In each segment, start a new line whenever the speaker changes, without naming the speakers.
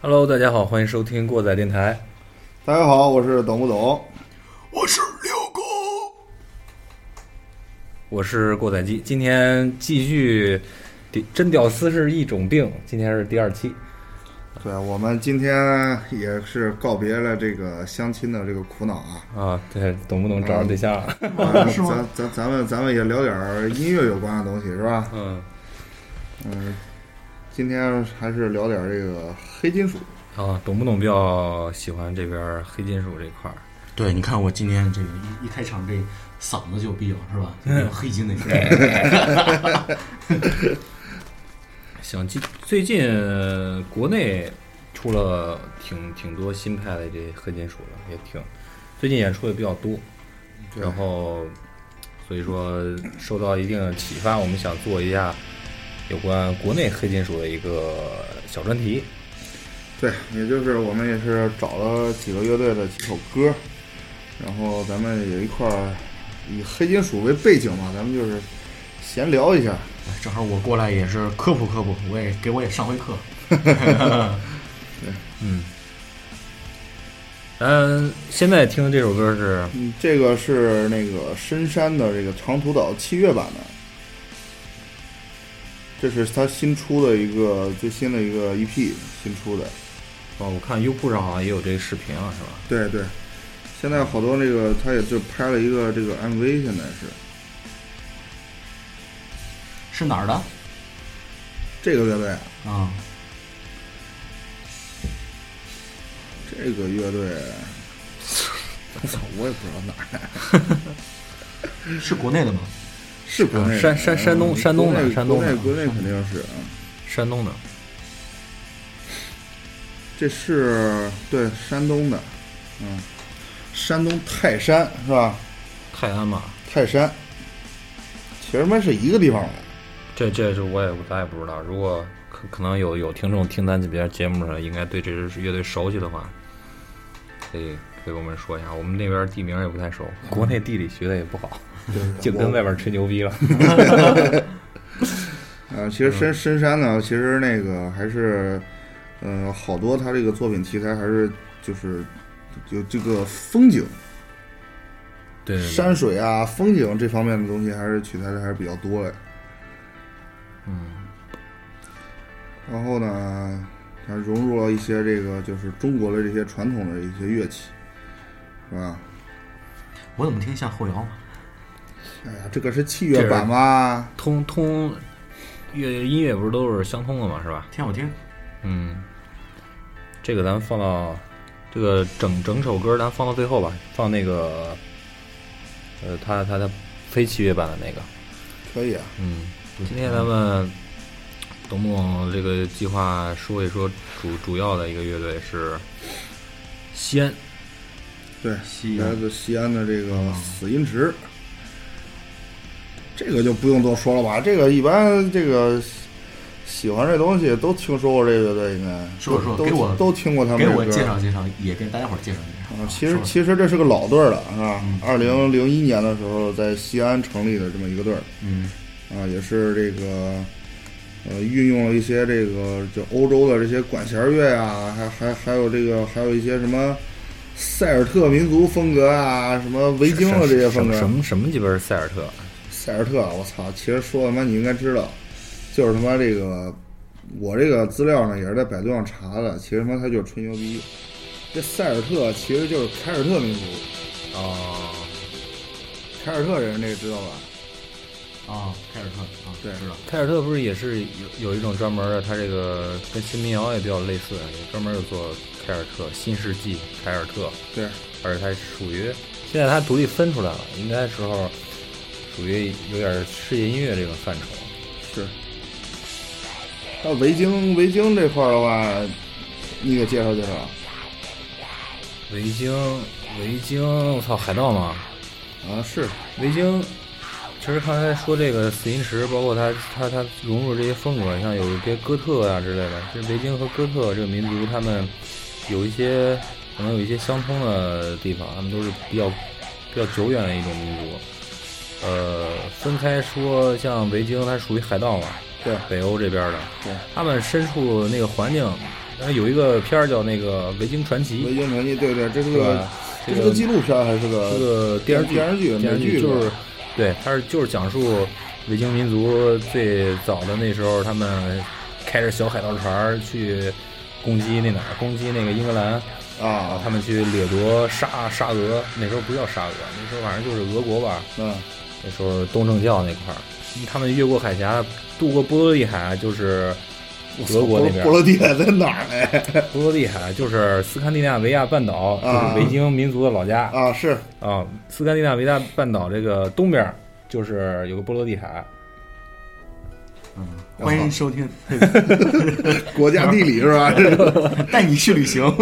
Hello，大家好，欢迎收听过载电台。
大家好，我是懂不懂？
我是六哥，
我是过载机，今天继续屌真屌丝是一种病，今天是第二期。
对我们今天也是告别了这个相亲的这个苦恼啊，
啊，对，懂不懂找着对象？
啊咱咱咱们咱们也聊点儿音乐有关的东西是吧？
嗯，
嗯，今天还是聊点儿这个黑金属。
啊，懂不懂比较喜欢这边黑金属这块儿？
对，你看我今天这个一一开场这嗓子就有必要是
嗯
吧？有黑金那 声，
想近最近呃国内出了挺挺多新派的这黑金属了，也挺最近演出也比较多，
对
然后所以说受到一定的启发，我们想做一下有关国内黑金属的一个小专题。
对，也就是我们也是找了几个乐队的几首歌，然后咱们也一块儿以黑金属为背景嘛，咱们就是闲聊一下。
正好我过来也是科普科普，我也给我也上回课。
嗯，咱现在听的这首歌是
嗯，这个是那个深山的这个长途岛器乐版的，这是他新出的一个最新的一个 EP 新出的。
哦，我看优酷上好像也有这个视频了，是吧？
对对，现在好多那个他也就拍了一个这个 MV，现在是
是哪儿的？
这个乐队啊，
啊，
这个乐队，啊我操， 我也不知道哪儿，嗯
是国内的吗？
是国内的、
啊山山山东
嗯
山东的
国内
山东
国
的
内国内肯定是啊。
山东的。
这是对山东的，嗯，山东泰山是吧？
泰安嘛，
泰山，其实们是一个地方的。
这这是我也咱也不知道。如果可可能有有听众听咱这边节目的，应该对这支乐队熟悉的话，可以可以跟我们说一下。我们那边地名也不太熟，国内地理学的也不好， 就跟外边吹牛逼了。嗯
呃，其实深深山呢，其实那个还是，呃，好多他这个作品题材还是就是，就这个风景、
对对对，
山水啊、风景这方面的东西，还是取材的还是比较多的。
嗯，
然后呢，它融入了一些这个就是中国的这些传统的一些乐器，是吧？
我怎么听像后摇啊？
哎呀，这个是器乐版嘛？
通通乐音乐不是都是相通的嘛，是吧？
挺好听。
嗯，这个咱们放到这个整整首歌，咱放到最后吧，放那个呃，他他他非器乐版的那个。
可以啊。
嗯，今天咱们董董这个计划说一说主主要的一个乐队是西安，
对，
西安
来自西安的这个死因池，这个就不用多说了吧？这个一般这个喜欢这东西都听说过这乐队，应该
说说
都
给我
都听过他们
给
这歌。
我介绍介绍，也给大家伙儿介绍介
啊
绍啊。，
其实
说说
其实这是个老队儿了，是吧
嗯？
二零零一年的时候在西安成立的这么一个队儿，
嗯，
啊，也是这个。呃，运用了一些这个就欧洲的这些管弦乐啊，还还还有这个还有一些什么塞尔特民族风格啊，什么维京的这些风格，
什么什么鸡巴是塞尔特？
塞尔特，啊我操！其实说他妈你应该知道，就是他妈这个，我这个资料呢也是在百度上查的，其实他妈他就是吹牛逼。这塞尔特其实就是凯尔特民族，
哦，
凯尔特人这个知道吧？
啊，凯尔特啊，
对
知道。
凯尔特不是也是有有一种专门的，它这个跟新民谣也比较类似，也专门有做凯尔特、新世纪凯尔特，
对，
而且它属于现在它独立分出来了，应该时候属于有点世界音乐这个范畴。
是。那维京维京这块儿的话，你给介绍介绍。
维京，维京，我操，海盗吗？
啊，是
维京，其实刚才说这个死因池，包括它它它融入这些风格，像有一些哥特啊之类的，这维京和哥特这个民族，他们有一些可能有一些相通的地方，他们都是比较比较久远的一种民族。呃，分开说，像维京，它属于海盗嘛，
对
北欧这边的，
对
他们身处那个环境然后有一个片儿叫那个《维京传奇》，
维京传奇，对对，这是
对
个
吧？
这
这
是个
个
纪录片还是
这
个？
个电视剧，
电视剧
电视
美剧
剧就
吧
是，对，它是就是讲述维京民族最早的那时候，他们开着小海盗船儿去攻击那哪儿，攻击那个英格兰，啊，
啊，
他们去掠夺沙沙俄，那时候不叫沙俄，那时候反正就是俄国吧，
嗯，
那时候东正教那块儿，他们越过海峡，渡过波罗的海，就是俄国那边
波罗的海在哪儿来？
波罗的海，就是斯堪的纳维亚半岛，
啊
就是维京民族的老家
啊，是
啊。斯堪的纳维亚半岛这个东边儿就是有个波罗的海，
嗯，欢迎收听
国家地理是吧？ 这是
带你去旅行。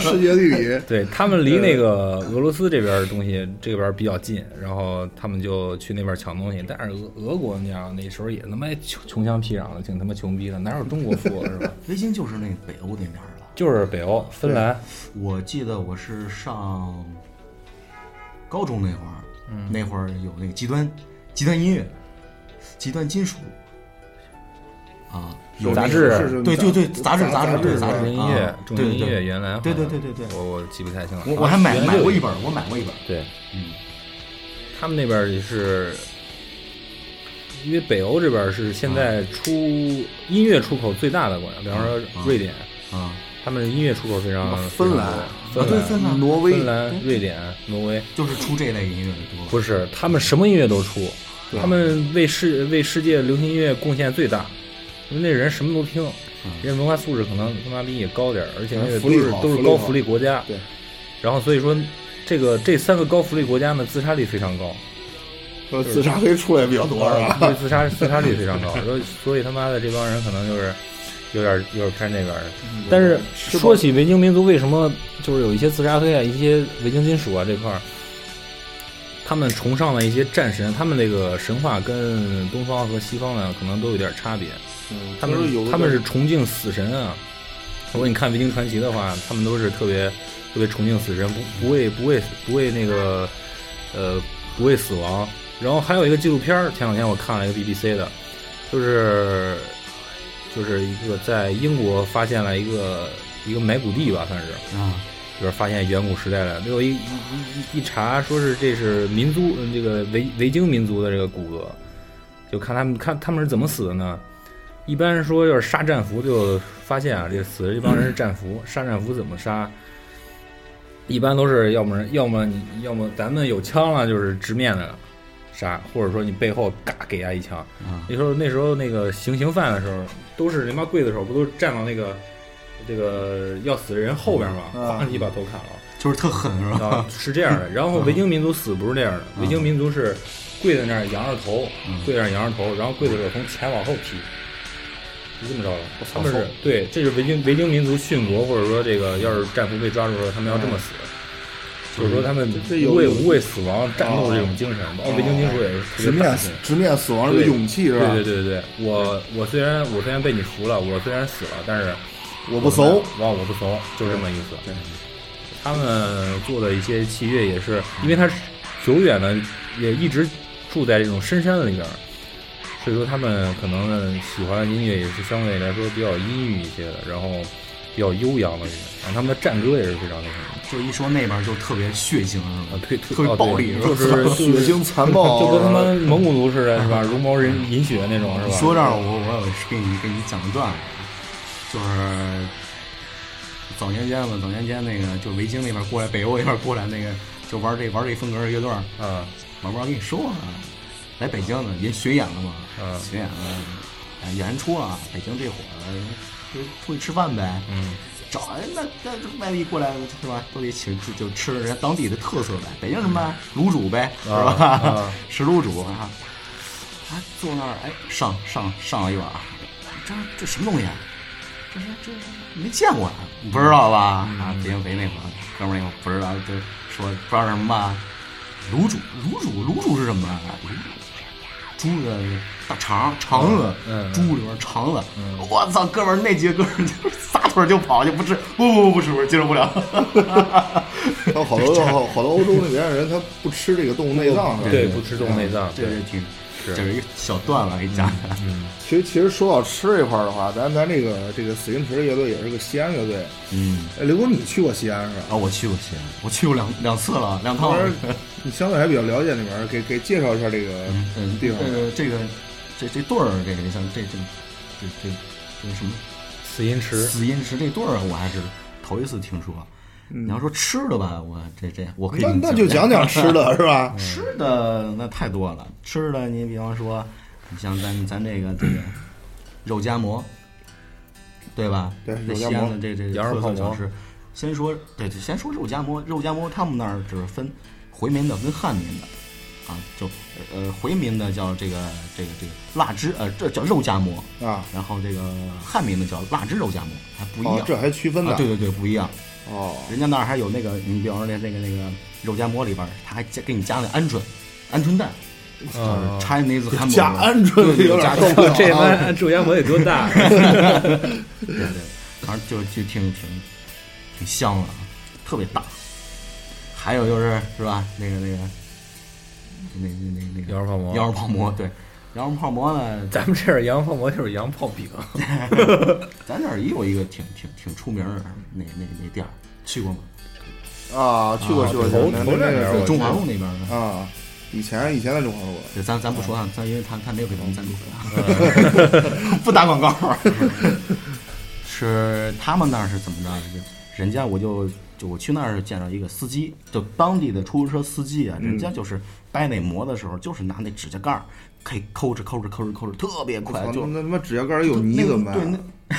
世世界地理。
对他们离那个俄罗斯这边的东西这边比较近，然后他们就去那边抢东西。但是俄俄国那样那时候也他妈穷穷乡僻壤的，挺他妈穷逼的，哪有中国富啊是吧？
维京就是那个北欧那边儿了。
就是北欧芬兰，
我记得我是上高中那会儿，那会儿有那个极端极端音乐、极端金属啊，有
杂
那个
志
是是
对对对杂志
杂
杂志
志
杂
重
志
音乐
啊，
重
对
音
对
乐
对
原来好像
对对对对对
我我记不太清了。啊
我我还买
原来
买
有
过一本儿，我买过一本儿，
对，
嗯，
他们那边儿也是，因为北欧这边儿是现在出音乐出口最大的国家，比方说瑞典，
啊，
他们音乐出口非常
啊芬兰
非常
啊对
多
芬兰
挪威
芬兰、瑞典、挪威，
就是出这类音乐的多。
不是他们什么音乐都出，
对
他们为世为世界流行音乐贡献最大，因为那人什么都听，人文化素质可能他妈比你高点儿，而且那个
嗯
都
福利
是
好
都
福
是
利
高
好
福利国家，
对，
然后所以说这个这三个高福利国家呢，自杀率非常高。
说呃自杀黑出来比较多是吧？
对，自杀自杀率非常高，所以所以他妈的这帮人可能就是有点有点偏这边儿的。但是说起维京民族，为什么就是有一些自杀黑啊，一些维京金属啊这块儿，他们崇尚的一些战神，他们这个神话跟东方和西方呢，可能都有点差别。
嗯
他
就是有
们
的
他们是崇敬死神啊。如果你看《维京传奇》的话，他们都是特别特别崇敬死神，不不畏不畏不畏那个呃不畏死亡。然后还有一个纪录片儿，前两天我看了一个 BBC 的，就是就是一个在英国发现了一个一个埋骨地吧，算是
啊，
就是发现远古时代了。最后一一一一一查，说是这是民族嗯这个维维京民族的这个骨骼，就看他们看他们是怎么死的呢？一般说要是杀战俘，就发现啊，这死的这帮人是战俘，杀战俘怎么杀？一般都是要么要么你要么咱们有枪了，就是直面的杀，或者说你背后嘎给他一枪。
啊
那时候那时候那个行刑犯的时候，都是那帮刽子手不都站到那个这个要死的人后边吗？
啊
哐一把头砍了。
就是特狠是 吧？
啊，是这样的。然后维京民族死不是这样的，
嗯
维京民族是跪在那儿仰着头，跪在那儿仰着头，然后刽子手从前往后劈，就这么着了。他们
往
是
后
对，这是维京维京民族殉国，或者说这个要是战俘被抓住的时候，他们要这么死，就是说他们
嗯这有
无畏
有哦
无畏死亡、战斗这种精神。包括维京金属也是特
直
别大
面
的
死直面死亡这个
对
勇气是吧？
对对对对，我我虽然我虽然被你俘了，我虽然死了，但是
我不怂。
哇，我不怂，就这么意思
对。
他们做的一些器乐也是，因为他久远的也一直住在这种深山里边儿，所以说他们可能喜欢的音乐也是相对来说比较阴郁一些的，然后比较悠扬的这种。然后他们的战歌也是非常那什么
就一说那边就特别血腥
的，
是
啊
吧？，
推推
特别
哦对
暴力是吧
就是就是
血腥残暴啊
就跟他们蒙古族似的，是吧？茹毛人饮血那种，是吧？
说这儿，我我有给你给你讲个段子，就是早年间嘛，早年间那个就维京那边过来，北欧那边过来那个就玩这玩这风格的乐队儿，
啊，
玩不玩？跟你说啊，来北京的也巡演了嘛，
嗯
巡演了，哎演出啊，北京这会儿就出去吃饭呗，
嗯，
找人那那那外地过来是吧，都得请就就吃人家当地的特色呗，北京什么卤煮呗，是吧？
啊
吃卤煮啊，啊，坐那儿哎，上上上了一碗，这这什么东西啊？这是这没见过呀，你不知道吧？啊，北京肥那会儿，哥们儿那会儿不知道，就说不知道什么吧？卤煮，卤煮，卤煮是什么啊？卤煮猪的大肠肠子，
嗯嗯
猪里边肠子，我操、哥们儿那几个哥们儿就是撒腿就跑，就不吃，不不不不吃，不吃接受不了。
然 后好多好好多欧洲那边的人，他不吃这个动物内脏，是吧
对，不吃动物内脏，
这就挺
是
这是嗯一小段子，给你讲讲。
其实其实说到吃这块儿的话，咱咱这个这个死云池乐队也是个西安乐队。
嗯，
哎，刘工，你去过西安是吧？
啊，我去过西安，我去过两两次了，两趟
当然
了。
嗯
你相对还比较了解那边儿，给给介绍一下这个
嗯，
地
这
方。
个这个这这对儿，这个像这这这这这什么
死因池，
紫音池这对儿，我还是头一次听说。你要说吃的吧，我这这我可以
那
给你
嗯那就讲讲吃的是吧？
吃的那太多了，吃的你比方说，你像咱咱这个这个肉夹馍，对吧？
对
这
肉夹
西安
馍
的这这
羊肉
特色
泡馍
小吃。先说对，对先说肉夹馍，肉夹馍他们那儿只是分回民的跟汉民的，啊，就呃回民的叫这个这个这个腊汁，呃这叫肉夹馍，
嗯
啊，
然后这个汉民的叫腊汁肉夹馍，还不一
哦
样。，
这还区分呢
啊，？对对对，不一样。
哦，
人家那儿还有那个，你比方说那那个那个肉夹馍里边儿，他还加给你加了鹌鹑，鹌鹑蛋，
啊
就是 Chinese hamburger，
加鹌鹑
对对
有
加
点
鹌 鹑
逗，
这帮肉夹馍得多大？啊
对对，反正就就挺挺挺香的，啊特别大。还有就是是吧，那个那个，那那那那个
羊肉泡馍
羊肉泡馍，对，羊肉泡馍呢，
咱们这儿羊泡馍就是羊泡饼，
咱这儿也有一个挺挺挺出名儿的那那那店儿，去过吗？
啊，去过
啊
去过去
头
过，那
头
那
那边
个
儿我
中华路那边儿的。
啊，以前以前在中华路，
对，咱咱不说啊，咱因为他他没有给咱们赞助，啊
呃
不打广告。是他们那儿是怎么着？啊人家我就就我去那儿见着一个司机，就当地的出租车司机啊，
嗯
人家就是掰那馍的时候，就是拿那指甲盖儿，可以抠着抠着抠着抠着，特别快，
操
就
那他妈指甲盖儿有泥
那个
怎么
对，
办？啊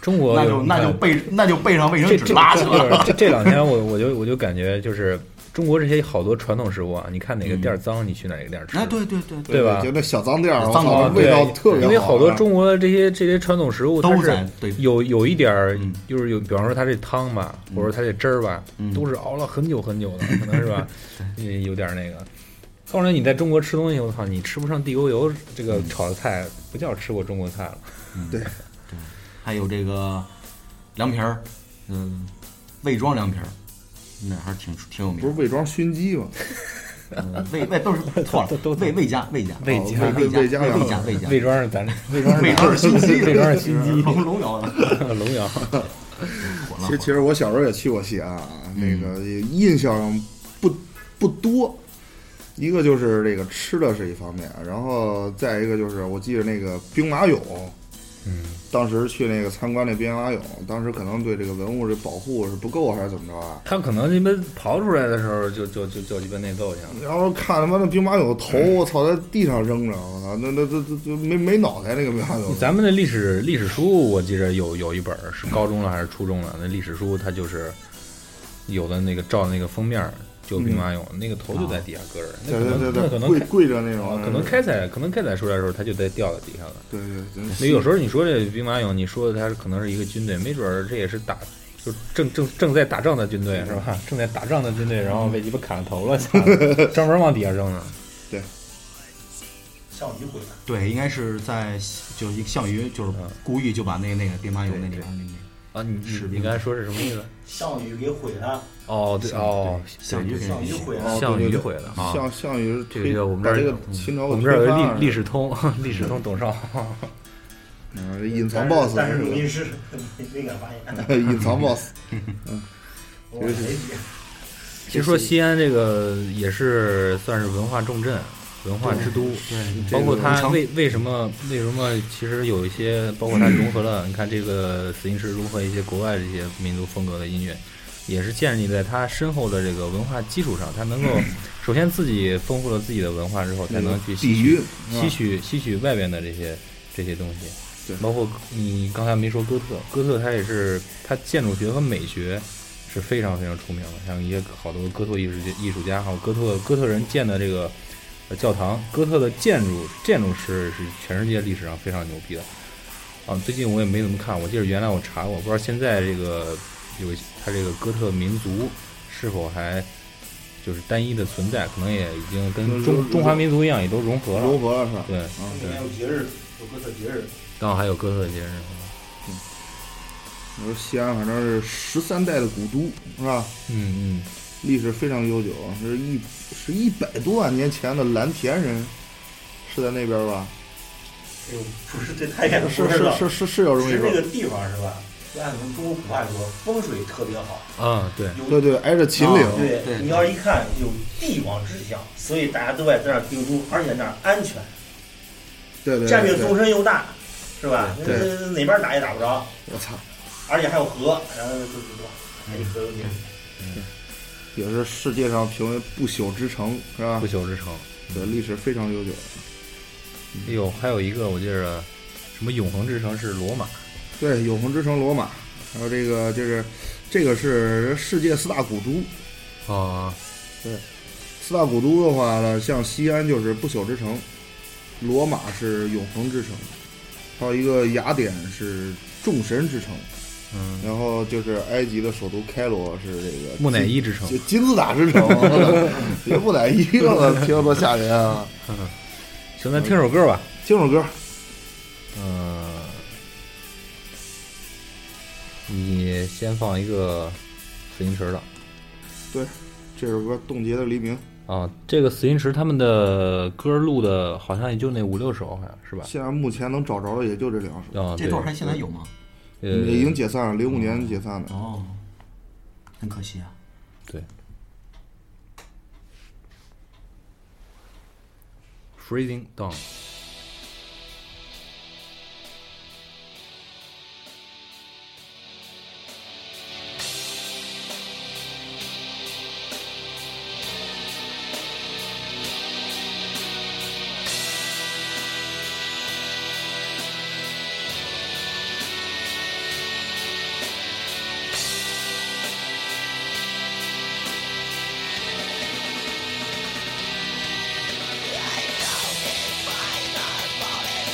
中国呃
那那就那就背那就背上卫生
这
纸
这
拉去
这
了。
这这两天我我就我就感觉就是中国这些好多传统食物啊，你看哪个店儿脏，你去哪个店儿吃
哎，。对对对对，
对吧
就那小脏店儿，我
脏
操，
店儿
那味道特别好。啊
因为好多中国的这些这些传统食物，
啊都
它是
在对
有有一点儿
嗯，
就是有，比方说它这汤吧，或者它这汁儿吧
嗯，
都是熬了很久很久的，可能是 吧，也有点儿那个。告诉你，你在中国吃东西，我操，你吃不上地沟油这个炒的菜，不叫吃过中国菜了。
对，
还有这个凉皮儿，嗯，魏庄凉皮儿，那还是挺挺有名
不
的
是。魏庄熏鸡吗？
嗯
呃魏魏 都是错了，魏魏家魏家哦
魏
家
魏魏
魏
家
家
魏家魏家
魏庄是咱
魏庄
魏庄是新鸡，
魏庄是新鸡
龙龙窑的，
龙窑，
火
其实
了
其实我小时候也去过西安，啊，那个
嗯
印象不不多。一个就是这个吃的是一方面，然后再一个就是我记得那个兵马俑，
嗯，
当时去那个参观那兵马俑，当时可能对这个文物这保护是不够还是怎么着啊？
他可能你们刨出来的时候就就就就鸡巴内斗去了。
然后看他妈那兵马俑头，我操，在地上扔着，我操，那那那那那没没脑袋那个兵马俑，
咱们的历史历史书，我记着有有一本儿是高中了还是初中了，那历史书它就是有的那个照那个封面儿就兵马俑，那个头就在底下搁着，那
嗯哦
可
对
能
对
那可
对对，
能
跪
开
跪着那
啊
种，
可能开采可能开采出来的时候，它就在掉在底下了。
对对哦对，
那有时候你说这兵马俑，你说的它可能是一个军队，没准儿这也是打。就正正正在打仗的军队是吧？正在打仗的军队，然后被鸡巴砍了头了， 操专门往底下扔的。
对，应该是在就是一个项羽，就是故意就把那那个兵马俑那里边那
啊，你
士
你
兵
你刚才说是什么意思？
项羽给毁了，
哦，对
个
哦，
项羽给
项羽毁了，
哦
项
对对
羽
对
毁了啊！
项项羽是
这个
推
这个我们
把
这儿
这个
有嗯
秦朝给
我们这儿有
推翻
个
了
历历史通，历史通董少。
嗯，这隐藏
但
boss，
是但是录音师没没敢发 言，
隐
嗯
藏 boss，
我没理
其实说西安这个也是算是文化重镇、文化之都，嗯
对
包括
这
它
个
为为什么为什么其实有一些，包括它融合了，你看这个死因是融合一些国外这些民族风格的音乐，也是建立在它深厚的这个文化基础上，它能够
嗯
首先自己丰富了自己的文化之后，才能去吸
抵
取
御
吸取吸取外边的这些这些东西，
对
包括你刚才没说哥特，哥特它也是它建筑学和美学是非常非常出名的，像一些好多哥特艺术家艺术家，还有哥特哥特人建的这个呃教堂，哥特的建筑建筑师是全世界历史上非常牛逼的。啊，最近我也没怎么看，我记得原来我查过，不知道现在这个有它这个哥特民族是否还就是单一的存在，可能也已经跟中中华民族一样，也都融合了。
柔和了是吧？
嗯对，
啊，
那年有节日，有各色节日，
然后还有哥特节日，
我说西安反正是十三代的古都是吧？
嗯嗯，
历史非常悠久，是一是一百多万年前的蓝田人是在那边吧？
哎呦，不是这太远了，
是
不知
是
道
是是是有这么一
是那
说
个，地方是吧？就按咱们中国古话说，风水特别好，
啊，对，
有
对对，挨着秦岭，
啊
对
对
你要是一看有帝王之相，所以大家都爱在那儿定居，而且那儿安全，
对对
占
对
比纵
对，
深又大，是吧？那
对
那哪边打也打不着，
我操，
而且还有河，然后就就就还有河流进
也是世界上评为不朽之城，是吧
不？朽之城。
对，历史非常悠久。
哎呦，还有一个我记着，什么永恒之城是罗马，
对，永恒之城罗马，还有这个就是这个是世界四大古都，
啊，
四大古都的话呢，像西安就是不朽之城，罗马是永恒之城，还有一个雅典是众神之城，
嗯，
然后就是埃及的首都开罗是这个
木乃
金
伊之城
就，金字塔之城， 别木乃伊了，哎听着多吓人啊！
行，咱听首歌吧，
听首歌，
嗯，你先放一个死因池的。
这首歌《冻结的黎明》，
啊，这个死因池他们的歌录的好像也就那五六首，好像是吧？
现在目前能找着的也就这两首，
啊，
这
对
段还现在有吗？
呃，
已经解散了，零五年解散的。
哦，很可惜啊。
对。Freezing Dawn，
I don't need my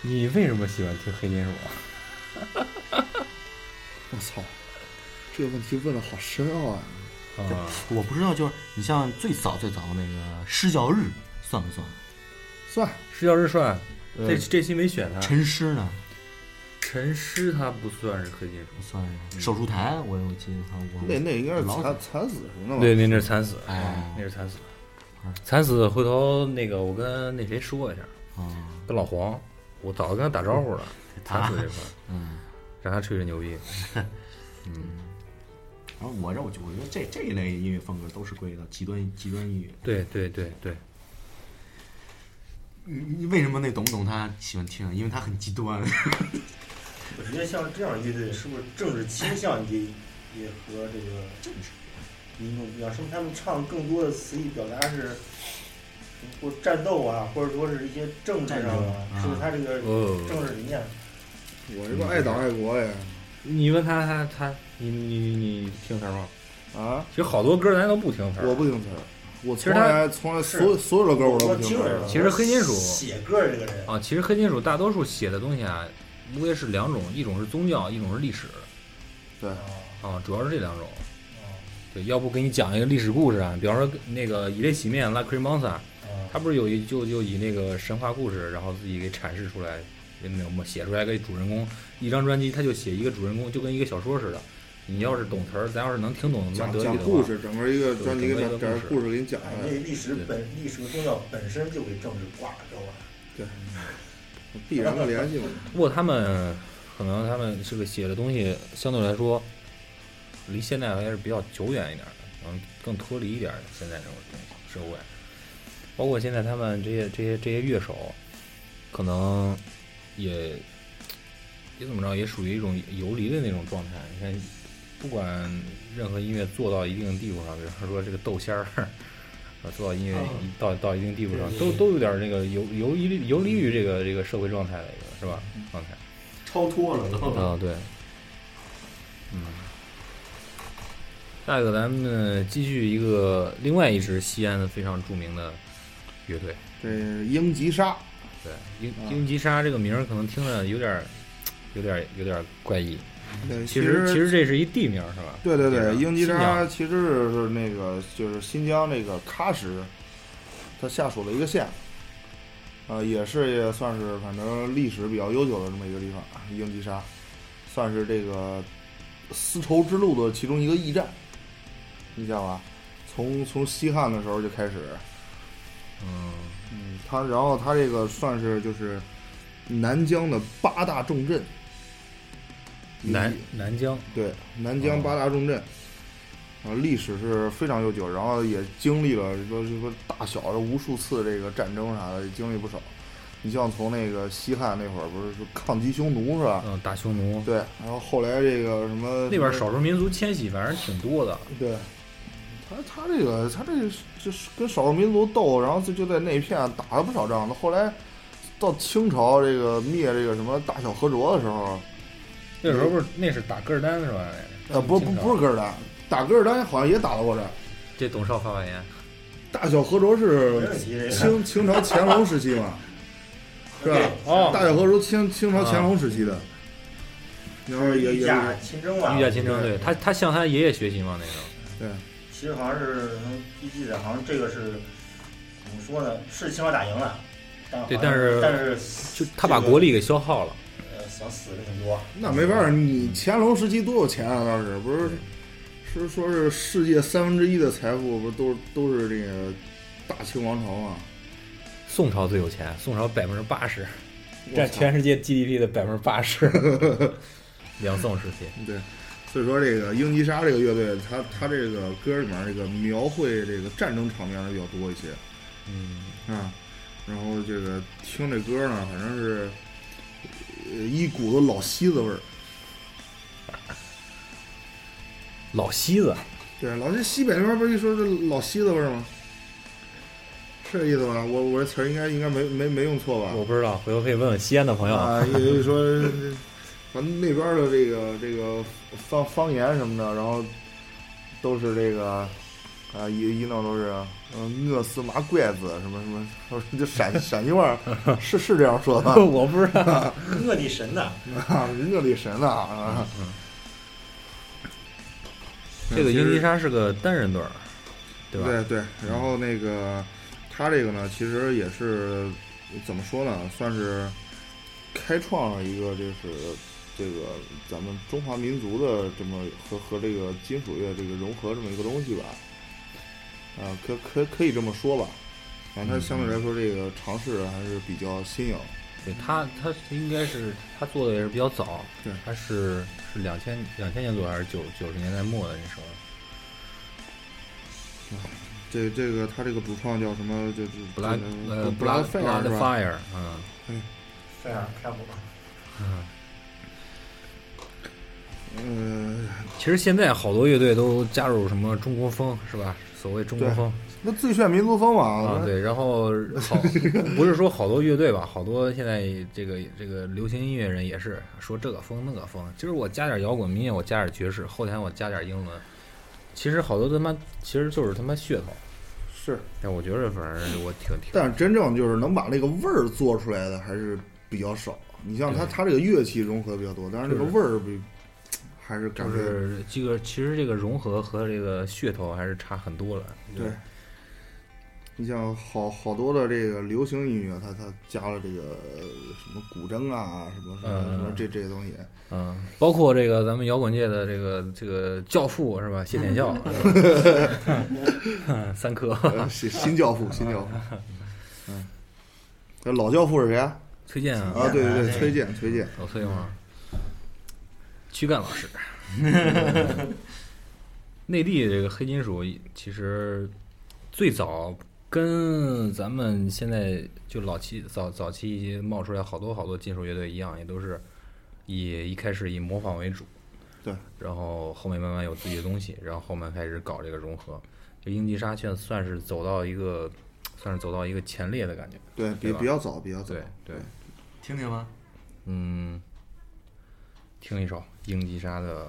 你为什么喜欢听黑金属啊？
我操，这个问题问的好深奥啊！
啊，
我不知道，就是你像最早最早的那个施教日算不算？
算，
失教日算，
呃
这这期没选他。
陈师呢？
陈师他不算是黑金属，
不算是手术台，我有记得他我
那那应该是
老
惨惨死什么的吧？
对，那那是惨死，
嗯哎
那是惨死
嗯，
惨死。回头那个我跟那谁说一下，
啊
跟老黄，我早就跟他打招呼了，惨死这块儿，
嗯。
让他吹吹牛逼。
然后我认为，我觉得这这一类音乐风格都是归到极端极端音乐。
对对对对，
你你为什么那懂不懂他喜欢听？因为他很极端。
我觉得像这样乐队，是不是政治倾向也也和这个
政治
民众不一样？是不是他们唱更多的词语表达是，或者战斗啊，或者说是一些政治上啊
战争，
是不是他这个
哦
政治理念？
我这个爱党爱国呀！
你问他他他，你你你听词儿吗？
啊，
其实好多歌咱都不听词儿，
我不听词儿，我
其实
从
他
来从来
是
所有所有的歌我都
我
不
听
听词儿
着，
其实黑金属
写歌这个人，
啊，其实黑金属大多数写的东西啊，无非是两种，一种是宗教，一种是历史
对，
啊
啊，主要是这两种。
啊
对，要不给你讲一个历史故事啊，比方说那个以泪洗面拉克 a c r i m o n s a 他
啊！
不是有一就就以那个神话故事，然后自己给阐释出来，也没有嘛写出来给主人公一张专辑，他就写一个主人公，就跟一个小说似的。你要是懂词儿，咱要是能听懂拉
讲
德语
讲
的
故
话，
事，整个一个专辑给
对整
讲
个一个
讲
故
故事给你讲
哎
出来
这，历史本历史和宗教本身就给政治挂钩啊！
必然的联系嘛。
不过他们可能他们这个写的东西相对来说，离现在还是比较久远一点的，嗯，更脱离一点现在这种东西社会，包括现在他们这些这些这些乐手，可能也也怎么着，也属于一种游离的那种状态。你看，不管任何音乐做到一定地步上，比方说这个豆仙儿。啊，做到音乐一到到一定地步上，都都有点儿那个游游离游离于这个这个社会状态的一个是吧？状态。
超脱了都。
啊，对，嗯。下一个，咱们继续一个另外一支西安的非常著名的乐队，
这是英吉沙，
对，英
啊
英吉沙这个名儿可能听着有点儿，有点儿有点儿怪异。
对，
其
实
实其实这是一地名儿是吧？
对对对，英吉
新
沙
疆
其实是是那个就是新疆那个喀什，它下属的一个县，呃，也是也算是反正历史比较悠久的这么一个地方，啊英吉沙，算是这个丝绸之路的其中一个驿站，你想吧，从从西汉的时候就开始，
嗯，
嗯，它然后它这个算是就是南疆的八大重镇，
南南疆，
对，南疆八大重镇，啊，历史是非常悠久，然后也经历了说说大小的无数次这个战争啥的，也经历不少。你像从那个西汉那会儿，不是说抗击匈奴是吧？
嗯，大匈奴
对，然后后来这个什么
那边儿少数民族迁徙反正挺多的，
对，他他这个他这个就是跟少数民族斗，然后就就在那一片打了不少仗。后来到清朝这个灭这个什么大小和卓的时候，
那时候不是那是打噶尔丹是吧？
呃，不不不是噶尔丹，打噶尔丹好像也打到过这儿。
这董少发发言，
大小和卓
没
是
问题。
清清朝乾隆时期 嘛，是吧？
哦，
大小和卓清清朝乾隆时期
啊
的，然后也
御
也
驾亲征啊嘛，
啊
御驾亲征，对他他向他爷爷学习嘛那个，
其实好像是能记得，好像这个是怎么说呢？是清朝打赢了，但
对
好像
但
但是
就他把国力给消耗了，
呃想死的挺多，
那没办法，你乾隆时期多有钱啊，当时不是是说是世界三分之一的财富，不是都是都是这个大清王朝嘛？
宋朝最有钱，宋朝百分之八十，
我
占
操
全世界 GDP 的百分之八 十。
两宋时期，
对，所以说这个英吉沙这个乐队，它它这个歌里面这个描绘这个战争场面的比较多一些
嗯，
啊。然后这个听这歌呢，反正是呃一股子老西子味儿。
老西子，
对，老是西北那边不是一说是老西子味儿吗？是这意思吧？我我这词儿应该应该没没没用错吧？
我不知道，回头可以问问西安的朋友，
啊，也就是说，咱们那边儿的这个这个方方言什么的，然后都是这个啊，一一弄都是嗯，我是麻拐子什么什么，都是就陕陕西话儿是是这样说的吧，
我不知道，
我的神呐！
啊，我的神呐啊！
这个
其实
英吉沙是个单人队儿，对吧？
对对，然后那个他这个呢，其实也是怎么说呢，算是开创了一个就是这个咱们中华民族的这么和和这个金属乐这个融合这么一个东西吧。啊、可可可以这么说吧。然后它相对来说这个尝试还是比较新颖。
对他，他应该是他做的也是比较早，
对
他是是两千两千年左右还是九九十年代末的那时候，
这这个他这个主创叫什么？就就
布拉呃
布
拉
拉
布
费
拉
尔
的
是吧？
fire，嗯，
这样开火，
嗯、
其实现在好多乐队都加入什么中国风是吧？所谓中国风
那最炫民族风嘛。
啊，对，然后好不是说好多乐队吧，好多现在这个这个流行音乐人也是说这个风那个风，今儿我加点摇滚民乐，我加点爵士，后天我加点英伦，其实好多他妈其实就是他妈噱头，
是。
但我觉得反正我挺挺
但是真正就是能把那个味儿做出来的还是比较少。你像它，它这个乐器融合比较多，但是这个味儿比还是感
就
觉、
是这个，其实这个融合和这个噱头还是差很多了。
对。你像好好多的这个流行音乐，它它加了这个呃什么古筝啊，什么什么什么这这些东西，
嗯，包括这个咱们摇滚界的这个这个教父是吧？谢天笑，三哥，
呃新新教父，新教父，嗯，那老教父是谁啊？
崔健啊，
啊，对对
那
对，
个
崔健，崔健，
老崔嘛，躯干老 师。内地这个黑金属其实最早跟咱们现在就老期早早期冒出来好多好多金属乐队一样，也都是以一开始以模仿为主，
对，
然后后面慢慢有自己的东西，然后后面开始搞这个融合。就英吉沙算算是走到一个，算是走到一个前列的感觉。
对比
对吧
比较早，比较早
对，对，
听听吧，
嗯，听一首英吉沙的，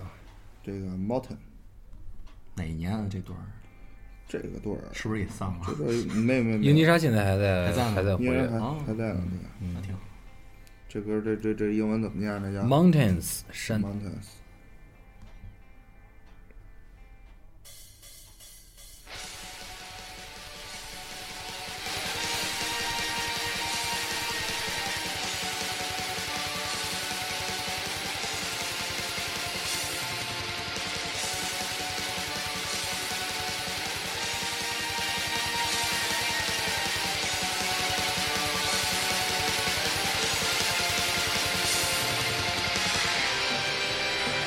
这个 Mountain
哪年啊？这段儿
这个多少？
是不是也散了？
这没有没有没有
英吉沙现在还在
还在吗
还在活
应该
跃。
还
哦
还在呢，这个。
那挺好。
这歌这这这英文怎么念？这叫
Mountains 山
Mountains。
Mountains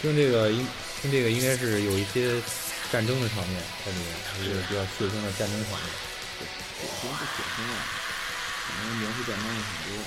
听这个应听这个应该是有一些战争的场面在里面，就是比较血腥的战争场面。
主要是血腥啊，可能描述战争的很多。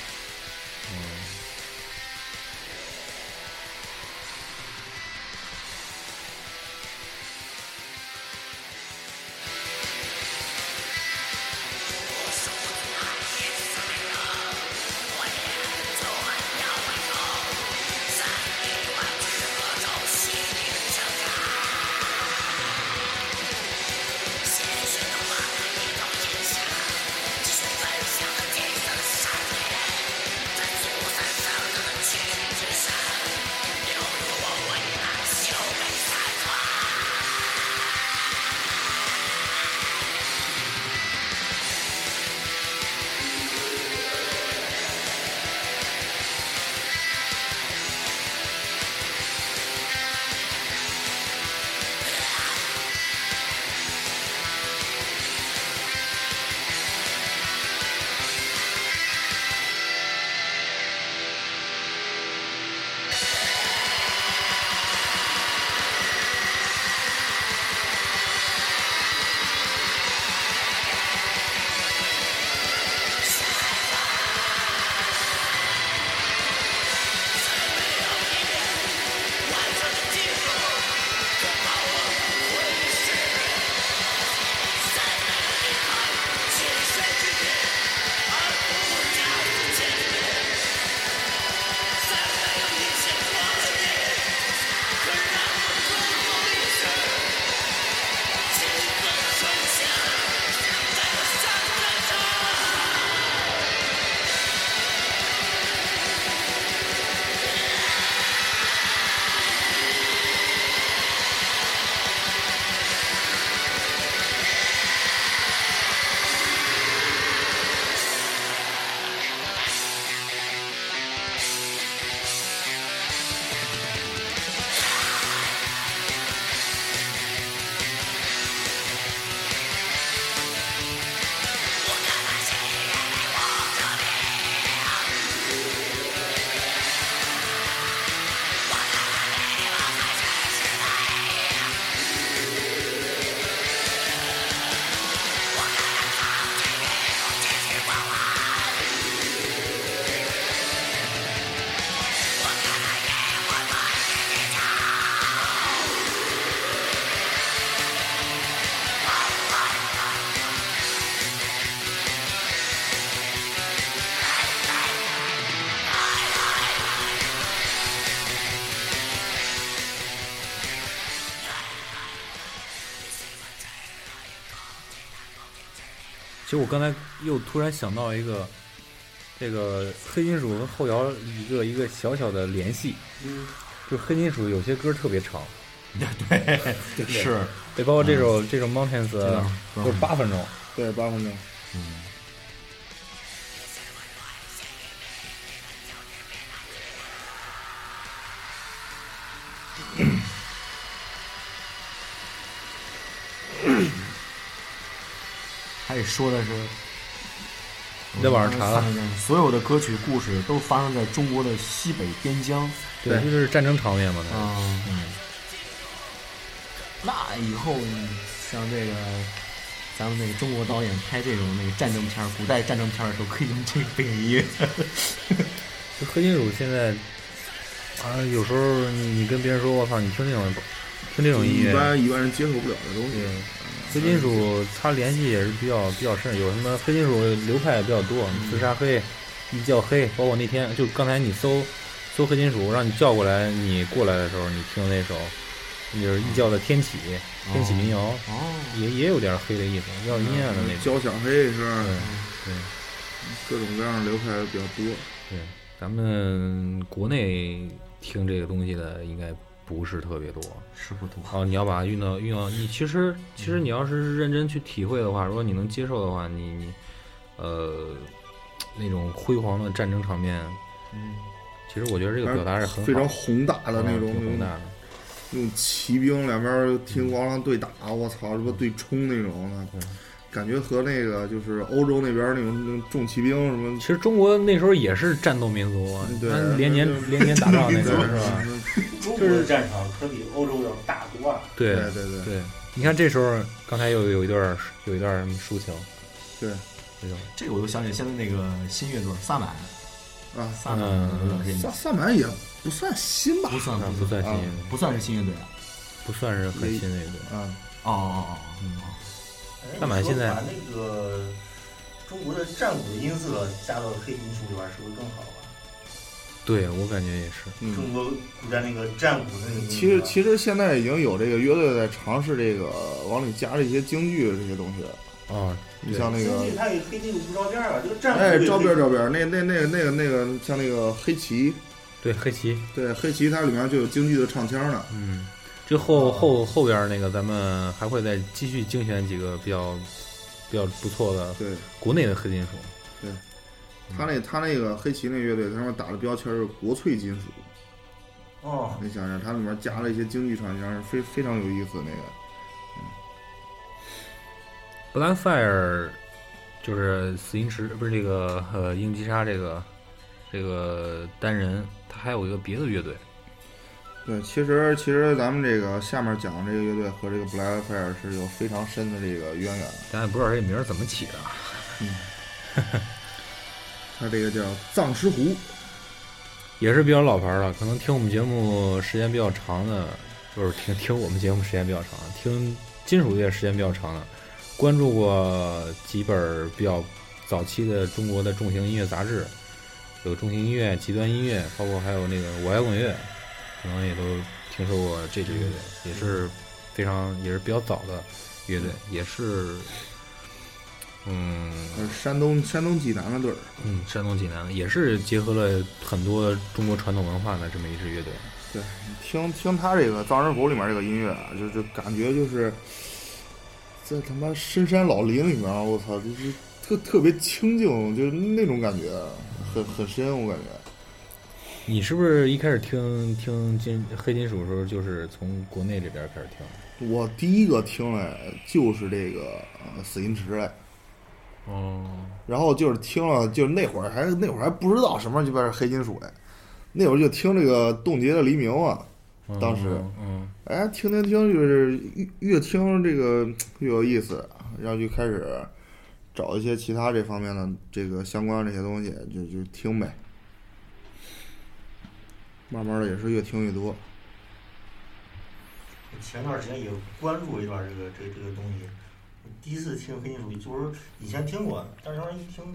其实我刚才又突然想到一个，这个黑金属和后摇一个一个小小的联系，
嗯，
就是黑金属有些歌特别长，
对，是，
对，包括这首、嗯这首 Mountains
的
就是八分钟，
对，八分钟。
还得说的是，
你在网上查了，
所有的歌曲故事都发生在中国的西北边疆。
对，这就是战争场面嘛，
啊，嗯，那以后你像这个咱们那个中国导演拍这种那个战争片儿、古代战争片儿的时候，可以用这个背景音乐。
就黑金属现在啊，有时候你你跟别人说，我操，你听这种听这种音
一
乐，
般嗯一般人接受不了的东西
对。黑金属它联系也是比较比较深，有什么黑金属流派也比较多，
嗯
自杀黑、一叫黑，包括那天就刚才你搜搜黑金属，让你叫过来，你过来的时候，你听那首就是一叫的天启，天启民谣，
哦，
也也有点黑的意思，要阴暗的那种。
交响黑是
对
各种各样的流派比较多。
对，咱们国内听这个东西的应该不是特别多。
是不多。
啊好，你要把它运到运到你其实其实你要是认真去体会的
嗯
话，如果你能接受的话，你你呃那种辉煌的战争场面，
嗯，
其实我觉得这个
还
表达是很
非常
好
宏大的那
嗯
种
挺宏
那
大
种
的。嗯
那种骑兵两边儿叮咣啷对打，我操，什么对冲那种的，感觉和那个就是欧洲那边儿那种那种重骑兵什么
其实中国那时候也是战斗民族啊，
对
他连年连年打仗那 种是吧？
中国的战场可比欧洲要大多了。
对
对对对
对，你看这时候刚才又有一段有一段什么抒情，
对
这种
这个我就想起现在那个新乐队萨满，
啊，
萨满
嗯
有点这
萨
意思，
萨满也不算新吧
不算
那不
不算
算新
啊
乐队，
不算是新乐队啊。
不算是很新乐队。
啊，
哦哦哦哦嗯哦，
哎
干嘛现在
你说把那个中国的战鼓的音色加到黑金属里边，是不是更好啊？
对我感觉也是，
嗯。
中国古代那个战鼓的那个音色，
其实其实现在已经有这个乐队在尝试这个往里加这些京剧这些东西了，
啊，
你像那
京
个
剧它给黑金属照片啊，这个战鼓
哎
也
照片儿
可以
照片儿，那那那个那个那个像那个黑旗，
对黑旗，
对黑旗它里面就有京剧的唱腔呢，
嗯，这后后后边那个咱们还会再继续精选几个比较比较不错的
对
国内的黑金属，
他那他那个黑旗那乐队，他们打的标签儿是国粹金属，
哦，
你想想，它里面加了一些京剧唱腔，非非常有意思那个，
布兰塞尔就是死因池不是这个呃英吉沙这个这个单人，他还有一个别的乐队，
对，其实其实咱们这个下面讲这个乐队和这个 Black Fire 是有非常深的这个渊源，
咱也不知道这名儿怎么起的啊。
它这个叫藏石湖，
也是比较老牌儿的，可能听我们节目时间比较长的，就是听听我们节目时间比较长，听金属乐时间比较长的，关注过几本比较早期的中国的重型音乐杂志，有重型音乐、极端音乐，包括还有那个呃我爱滚乐，可能也都听说过这支乐队，也是非常也是比较早的乐队，也是嗯
它是呃山东山东济南的队儿，
嗯，山东济南的，也是结合了很多中国传统文化的这么一支乐队。
对，你听听他这个藏石湖里面这个音乐啊，就就感觉就是在他妈深山老林里面，我操，就是特特别清静，就是那种感觉，很很深，我感觉。
你是不是一开始听听金黑金属的时候，就是从国内这边开始听的？
我第一个听来就是这个呃死因池来，
哦，
然后就是听了，就是那会儿还那会儿还不知道什么鸡巴是黑金属哎，那会儿就听这个冻结的黎明啊，当时
嗯，
哎，听听听，就是越越听这个越有意思，啊然后就开始找一些其他这方面的这个相关的这些东西，就就听呗。慢慢的也是越听越多，
前段时间也关注一段这个这个、这个东西。第一次听黑金属，就是以前听过，但是当时一听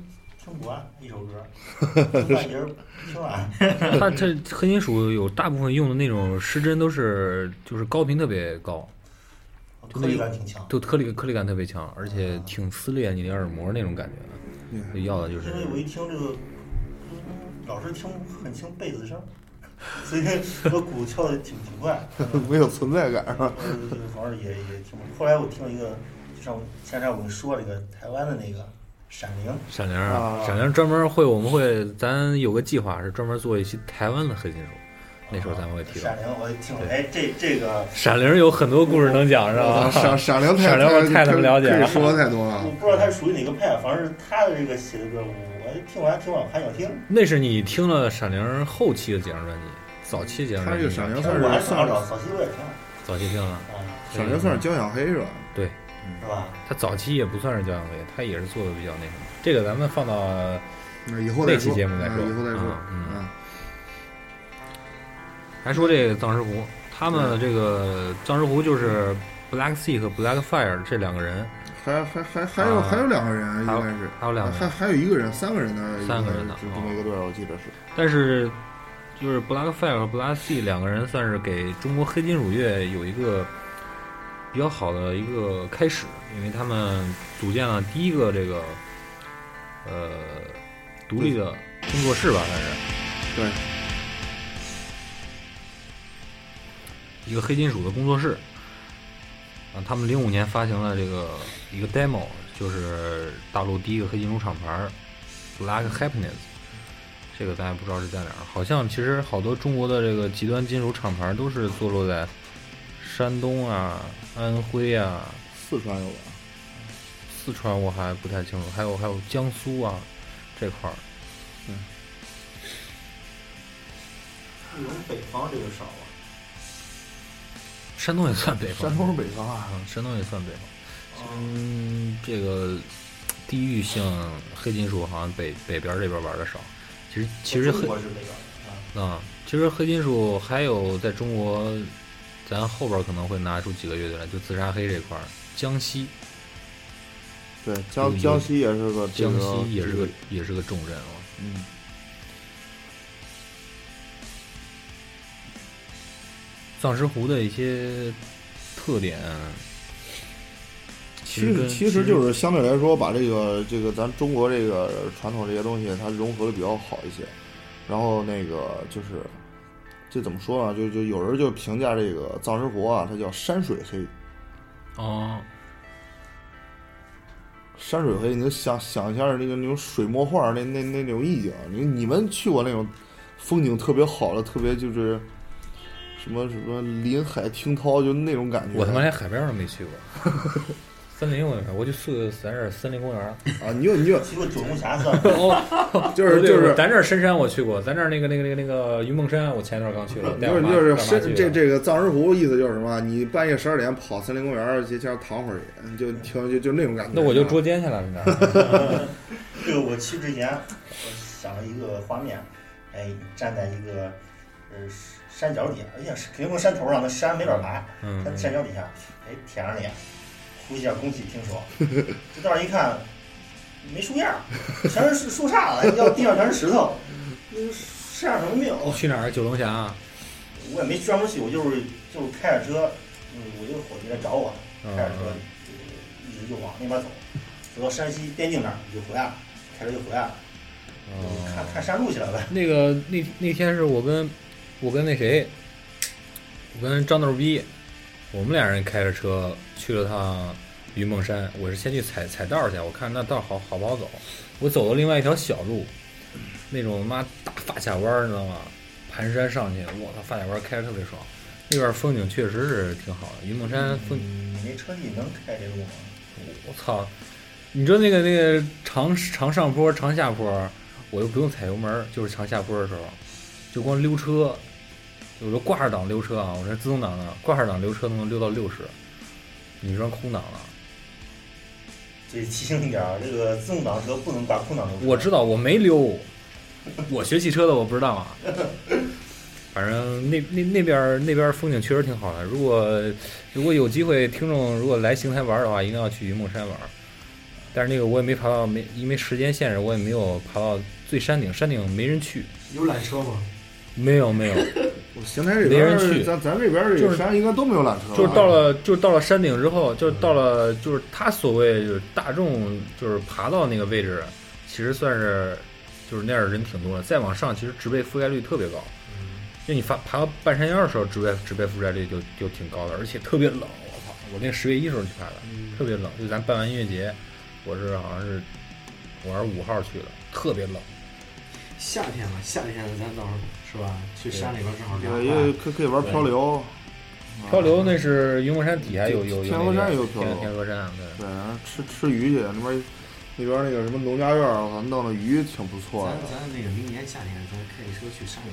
听不完一首歌， 听半截儿不听完。
它这黑金属有大部分用的那种失真都是就是高频特别高，
颗粒感挺强。
就颗粒颗粒感特别强，而且挺撕裂你的耳膜那种感觉的。要的就是
因为我一听这个，嗯老是听很清贝斯声，所以我鼓跳的挺挺快。
没有存在感是吧？
呃，反正也也挺不。后来我听了一个，上前阵我跟你说了一个台湾的那个《闪灵》，
闪灵
啊
儿，闪灵儿专门会我们会咱有个计划是专门做一期台湾的黑金属，那时候咱们会提到
闪。灵我一听，哎，这这个
闪灵儿有很多故事能讲是 吧？
闪闪灵太
闪灵我太他妈了解
可以
了
说的太多
我
了。
不知道他属于哪个派，反正是他的这个写的歌，我我听完听完我还想听，
那是你听了《闪灵》后期的几张专辑，早期几张
他
专
这
辑
个闪灵
但
算
是我还
是
是想
算
找
是
早期我也听了，
早期听了，
啊，
闪灵算是交响黑是吧？
对
是吧？
他早期也不算是交响乐，他也是做的比较那什么。这个咱们放到
那以后再
那期
说，
节目再
啊
说
以后再说
啊。嗯
啊，
还说这个藏石湖，他们这个藏石湖就是 Black Sea 和 Black Fire 这两个人，
还还还还有
啊
还有两个人应
还有
该是，
还有两个
还
人，
还有一个人，三个人的，
三个人哦的
就这么一个队儿，我记得是。
但是就是 Black Fire 和 Black Sea 两个人算是给中国黑金属乐有一个比较好的一个开始，因为他们组建了第一个这个呃独立的工作室吧，算是。
对，
一个黑金属的工作室。啊，他们零五年发行了这个一个 demo，就是大陆第一个黑金属厂牌儿 Black Happiness。这个咱也不知道是在哪儿，好像其实好多中国的这个极端金属厂牌儿都是坐落在山东啊、安徽啊、
四川有吧？
四四川我还不太清楚，还有还有江苏啊这块儿，
你们北方这个少啊，
山东也算北方，
山东是北方啊，
嗯，山东也算北方。
嗯，
嗯，这个地域性黑金属好像北北边儿这边玩的少。其实其实
中
黑
国是北方啊，
啊，其实黑金属还有在中国，咱后边儿可能会拿出几个乐队来，就自杀黑这块儿，江西
对，江江西也是个这
江
个
西啊也是
这
个也是个重镇啊。
嗯，
藏石湖的一些特点，
其
实
实
跟
其实就是相对来说，把这个这个咱中国这个传统这些东西，它融合的比较好一些。然后那个就是，这怎么说呢？就就有人就评价这个藏石湖啊，它叫山水黑。
哦，
山水黑，你就想想一下那个那种水墨画那那那种意境，你你们去过那种风景特别好的，特别就是什么什么林海听涛，就那种感觉。
我他妈连海边儿都没去过， 森林我也没，我就去咱这儿森林公园儿。
啊！你就 你就
去过九龙峡算吗？
就是
对
就是
咱这儿深山我去过，咱这儿那个那个那个那个云梦山，我前一段刚去了，
你
带
就
我
是
妈
就是
带我妈去啊
深
的
这这个藏石湖意思就是什么？你半夜十二点跑森林公园儿去先躺会儿去，你就听就就那种感觉。啊
那我就捉奸去了，那儿
这个我去之前，我想了一个画面，哎，站在一个呃山脚底下，而且是肯定不是山头上，那山没法爬，
嗯
它山脚底下，哎，舔上脸，呼一下空气清爽，这到那儿一看，没树叶儿，全是树杈子，要地上全是石头，那个世上什么都没有。
去哪儿？九龙峡啊，
我也没专门去，我就是就是开着车，嗯，我一个伙计来找我，
嗯
开着车呃一直就往那边走，走到山西边境那儿就回来了，开车就回来了，就看看山路去了呗。
那个那那天是我跟我跟那谁，我跟张逗逼，我们俩人开着车去了趟云梦山。我是先去踩踩道儿去，我看那道儿好好不好走。我走到另外一条小路，那种妈大发卡弯儿，你知道吗？盘山上去，我操，发卡弯儿开着特别爽。那边儿风景确实是挺好的，云梦山
嗯
风
你那车技能开这路吗？
我操！你知道那个那个长长上坡、长下坡，我又不用踩油门儿，就是长下坡的时候，就光溜车，我说挂着档溜车啊，我这自动挡的，挂着档溜车能溜到六十，你说空档了？
这提醒一点啊，这个自动挡车不能挂空挡油。
我知道我没溜，我学汽车的我不 知道啊。反正那那那边儿那边儿风景确实挺好的。如果如果有机会，听众如果来邢台玩儿的话，一定要去云梦山玩儿。但是那个我也没爬到，没因为时间限制，我也没有爬到最山顶，山顶没人去，
有缆车吗？
没有没有，
我邢台这
没
边儿
人去
咱咱这边儿这
就
个
是
山应该都没有缆车吧，
就是到了就是到了山顶之后，就是到了就是他所谓就是大众就是爬到那个位置，其实算是就是那儿人挺多的。再往上，其实植被覆盖率特别高。就你爬爬到半山腰的时候，植被植被覆盖率就就挺高的，而且特别冷。我操！我那十月一时候去爬的，特别冷。就咱办完音乐节，我是好像是我是五号去的，特别冷。
夏天嘛，夏天咱到时候是吧？去山里边正好
对，
凉
也
快。
可以可以玩漂流，
漂流那是云梦山底下有有有
天
那
河
个
山也有漂
天
流
天河山对。
对，然后吃吃鱼去那边儿那边儿那个什么农家院儿，我操，弄的鱼挺不错
咱
的。
咱那个明年夏天，咱开着车去山里，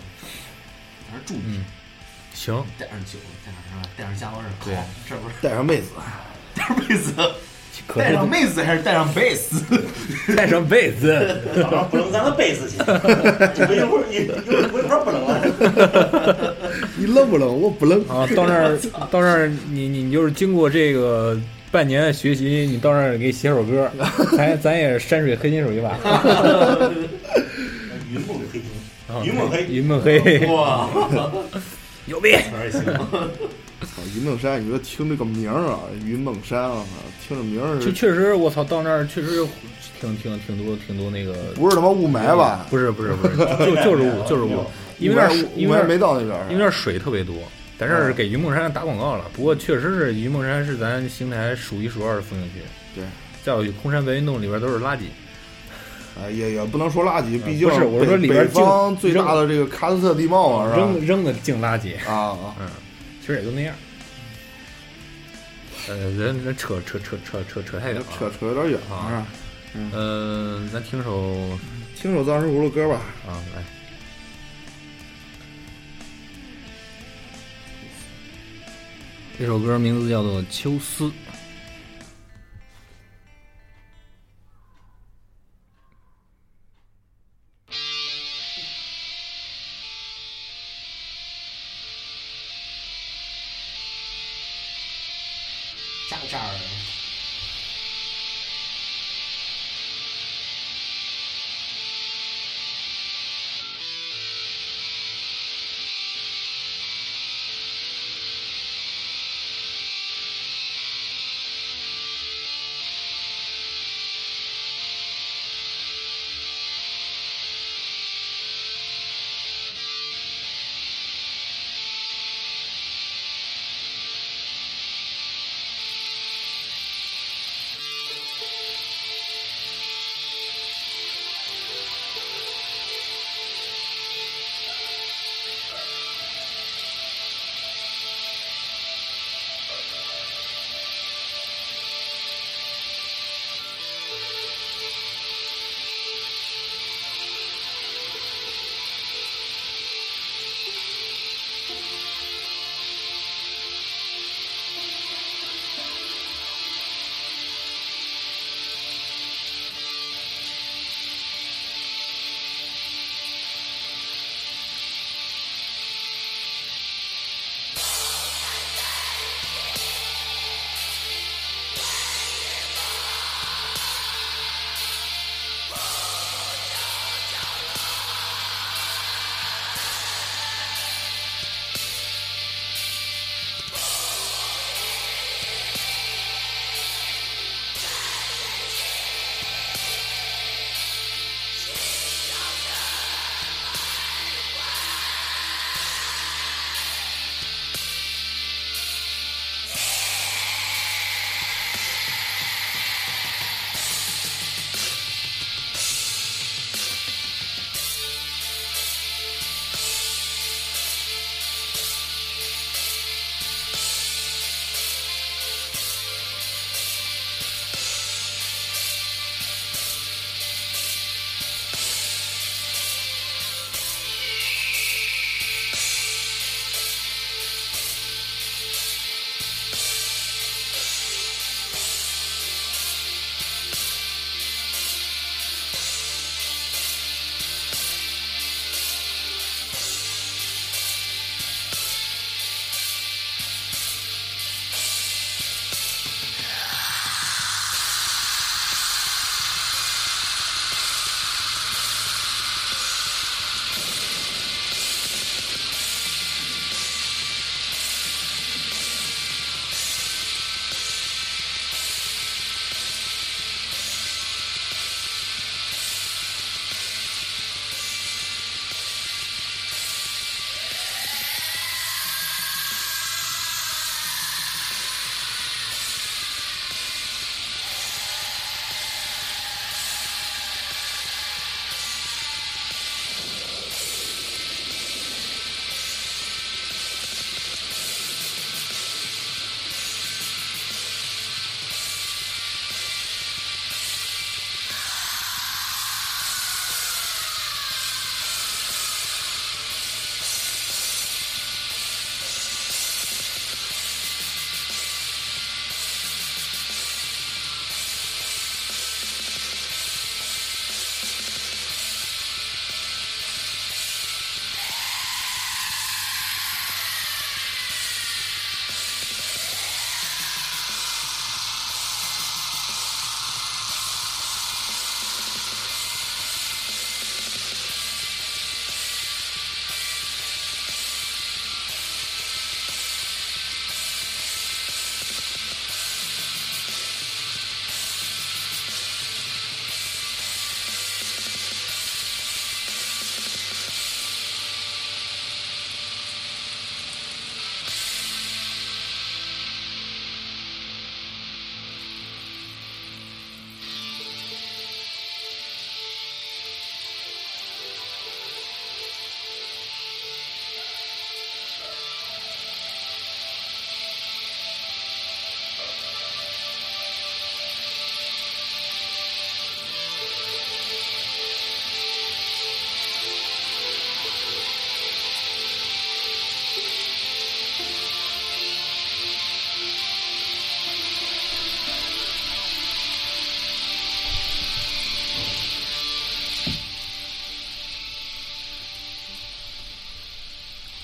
在那儿住一天
嗯，行，
带上酒，带上是吧？带上家伙事儿，
对
好，这不是
带上妹子，
带上妹子，
可
带
是
上妹子还是带上贝斯？
带上被子。
早上不能咱们背 自己，你们一会儿你一会儿一会儿不能了。
你愣不愣？我不愣。
啊，到那儿到那儿，你你你就是经过这个半年的学习，你到那儿给写首歌，咱咱也山水黑金属一把，
云梦黑金，
啊
云梦黑
云梦黑，
哇，
牛逼！
词儿行，
操， 云梦山，你说听这个名儿啊，云梦山啊，听着名儿
就是确实，我操，到那儿确实挺挺挺多挺多那个，
不是他妈雾霾吧？
不是不是不是，就就是雾 就是雾，因为那儿
雾霾
因
雾
为那
霾
儿
没到那边儿，
因为那儿水特别多。咱这儿给云梦山打广告了，不过确实是云梦山是咱邢台数一数二的风景区。
对，
再有空山白云洞里边都是垃圾。
哎，也也啊不能说垃圾，毕竟
不是我是说
北
里边儿
北方
净
最大的这个喀斯特地貌啊嘛，是
扔
吧？
扔的净垃圾，
啊啊，
嗯，其实也就那样。呃，人人扯扯扯扯扯扯太远了。
扯扯有点远了
啊
啊。
嗯、咱听首
听首藏石葫芦歌吧，
啊，来，这首歌名字叫做《秋思》。
加扎儿，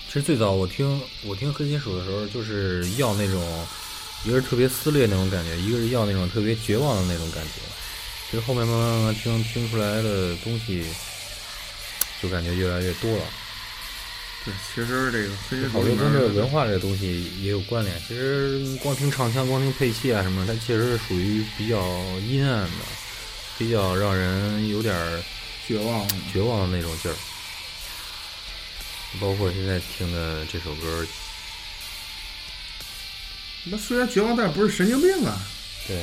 其实最早我听我听黑金属的时候，就是要那种一个是特别撕裂那种感觉，一个是要那种特别绝望的那种感觉。其实后面慢慢慢慢听听出来的东西，就感觉越来越多了。
对，其实这个啊黑金
好
属
多
里
跟这个
面
文化这个东西也有关联。其实光听唱腔、光听配器啊什么的，它其实是属于比较阴暗的，比较让人有点儿
绝望，啊
绝望的那种劲儿。包括现在听的这首歌，
那虽然绝望，但不是神经病啊！
对，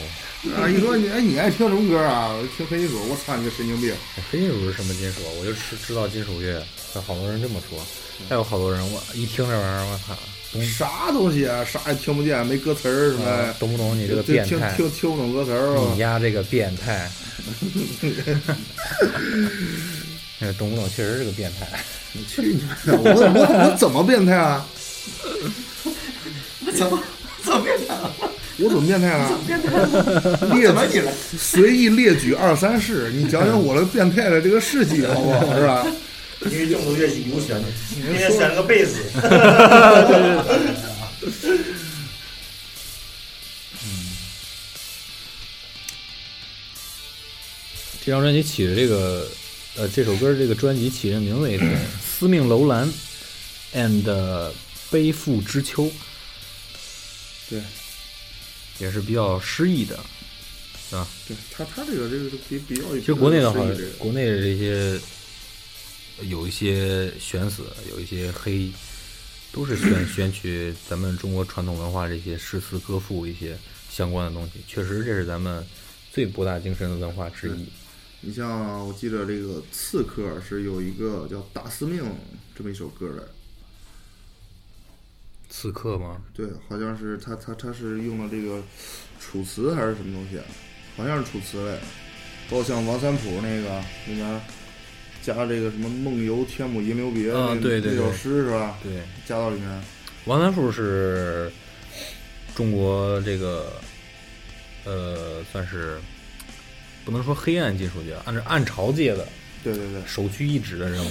啊，一说你哎，你爱听什么歌啊？我听黑金属，我操你个神经病！
黑金属是什么金属？啊我就知知道金属乐，但好多人这么说，
嗯
还有好多人我一听这玩意儿，我操，懂
啥东西啊？啥也听不见，没歌词儿什
嗯啊
么，
懂不懂你这
哎就
个变
听
态？嗯
听听不懂歌词儿啊
你。丫这个变 态！ 哎懂不懂？确实是个变态。
去你妈的！我我我怎么变态啊？
怎么怎么变态了？
我怎么变态了、
变态了？
列
怎么你了？
随意列举二三事，你讲讲我的变态的这个事迹好不好？是 吧？
因为重度乐器有选的，今天选了个 贝斯，
这张专辑起的这个，呃，这首歌这个专辑起的名字也是《司命楼兰》and 呃背负之秋，
对
也是比较诗意的。
对，他他这个这个比比较，
其实国内的话
是这个，
国内的这些有一些悬死，有一些黑，都是选选取咱们中国传统文化这些诗词歌赋一些相关的东西。确实，这是咱们最博大精深的文化之一。
你像我记得这个刺客是有一个叫《大司命》这么一首歌的，
刺客吗？
对，好像是他他他是用的这个楚辞还是什么东西啊，好像是楚辞嘞。包括像王三浦那个里面加这个什么“梦游天姥吟留别”
啊
那
对对
那首
对
诗是吧？
对，
加到里面，
王三树是中国这个呃，算是不能说黑暗金属界，按照暗潮界的
对对对，
首屈一指的人物，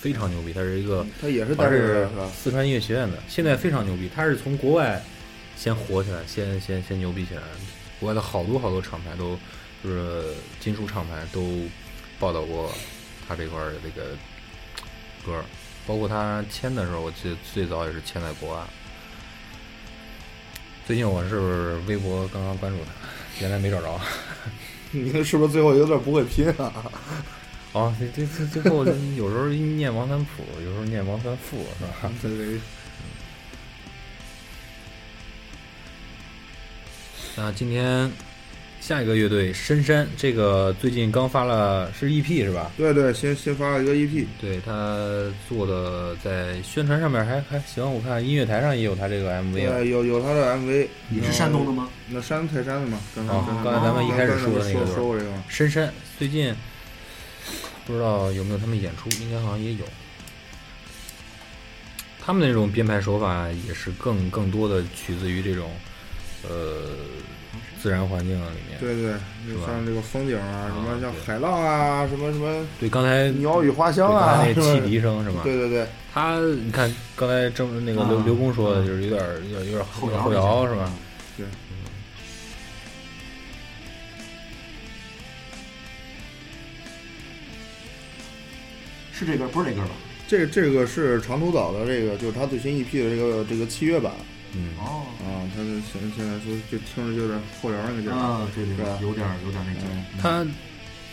非常牛逼。他是一个。
他也是
他
带这
是
个是吧？
四川音乐学院的，现在非常牛逼。他是从国外先火起来，先先先牛逼起来。国外的好多好多厂牌都就是金属厂牌都报道过他这块儿的这个歌，包括他签的时候，我记得最早也是签在国外。最近我是微博刚刚关注他，原来没找着。
你看是不是最后有点不会拼啊？
哦，这这这最后有时候念王三浦，有时候念王三富，是吧？
对对，
那今天下一个乐队深山，这个最近刚发了是 EP 是吧？
对对，新新发了一个 E EP，
对他做的在宣传上面还还行，我看音乐台上也有他这个 MV 啊。
对，有有他的 MV，
你是山东的吗？
那山泰山的嘛，刚才
哦
刚
刚才咱们一开始
说
说的那个
说
是吧
说过这个嘛，
深山最近不知道有没有他们演出，应该好像也有。他们那种编排手法也是更更多的取自于这种呃自然环境里面。
对对，
是吧
像这个风景啊，什么
啊
像
对
海浪啊，什么什么
对，刚才
鸟语花香
对
啊，
刚才那
是
汽
吧
笛声是吧？
对对对，
他你看刚才正那个刘
啊
刘工说的，就是有点儿有点有点儿
后
有
摇
后摇是吧？
对
嗯。
是这歌，不是这歌吧？
这这个是长途岛的这个，就是他最新 EP 的这个这个器乐版
嗯，
哦，
啊，他的现现在说就听着就有点后摇那个劲儿，
啊，对对
是吧
对，有点儿有点儿那劲
嗯
儿。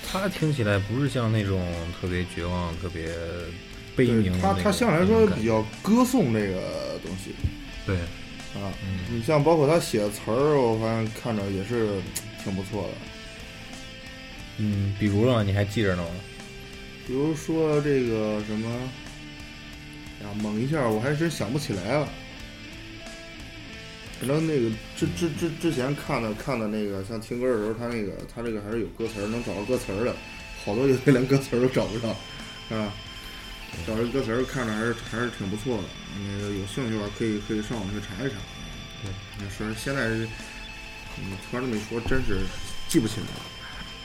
他他听起来不是像那种特别绝望、特别悲
对
鸣的那种
他
感觉。
他向来说比较歌颂这个东西
对，
啊，
嗯，
你像包括他写的词儿，我发现看着也是挺不错的。
嗯，比如呢，你还记着呢吗？
比如说这个什么，哎呀，猛一下我还真想不起来了。反正那个之之之之前看的看的那个，像听歌的时候，他那个他这个还是有歌词儿，能找到歌词儿的。好多乐队连歌词儿都找不着，啊，找着歌词儿看着还是还是挺不错的。那个有兴趣的话，可以可以上网去查一查。
对，
那说现在，嗯，突然这么一说，真是记不起来了。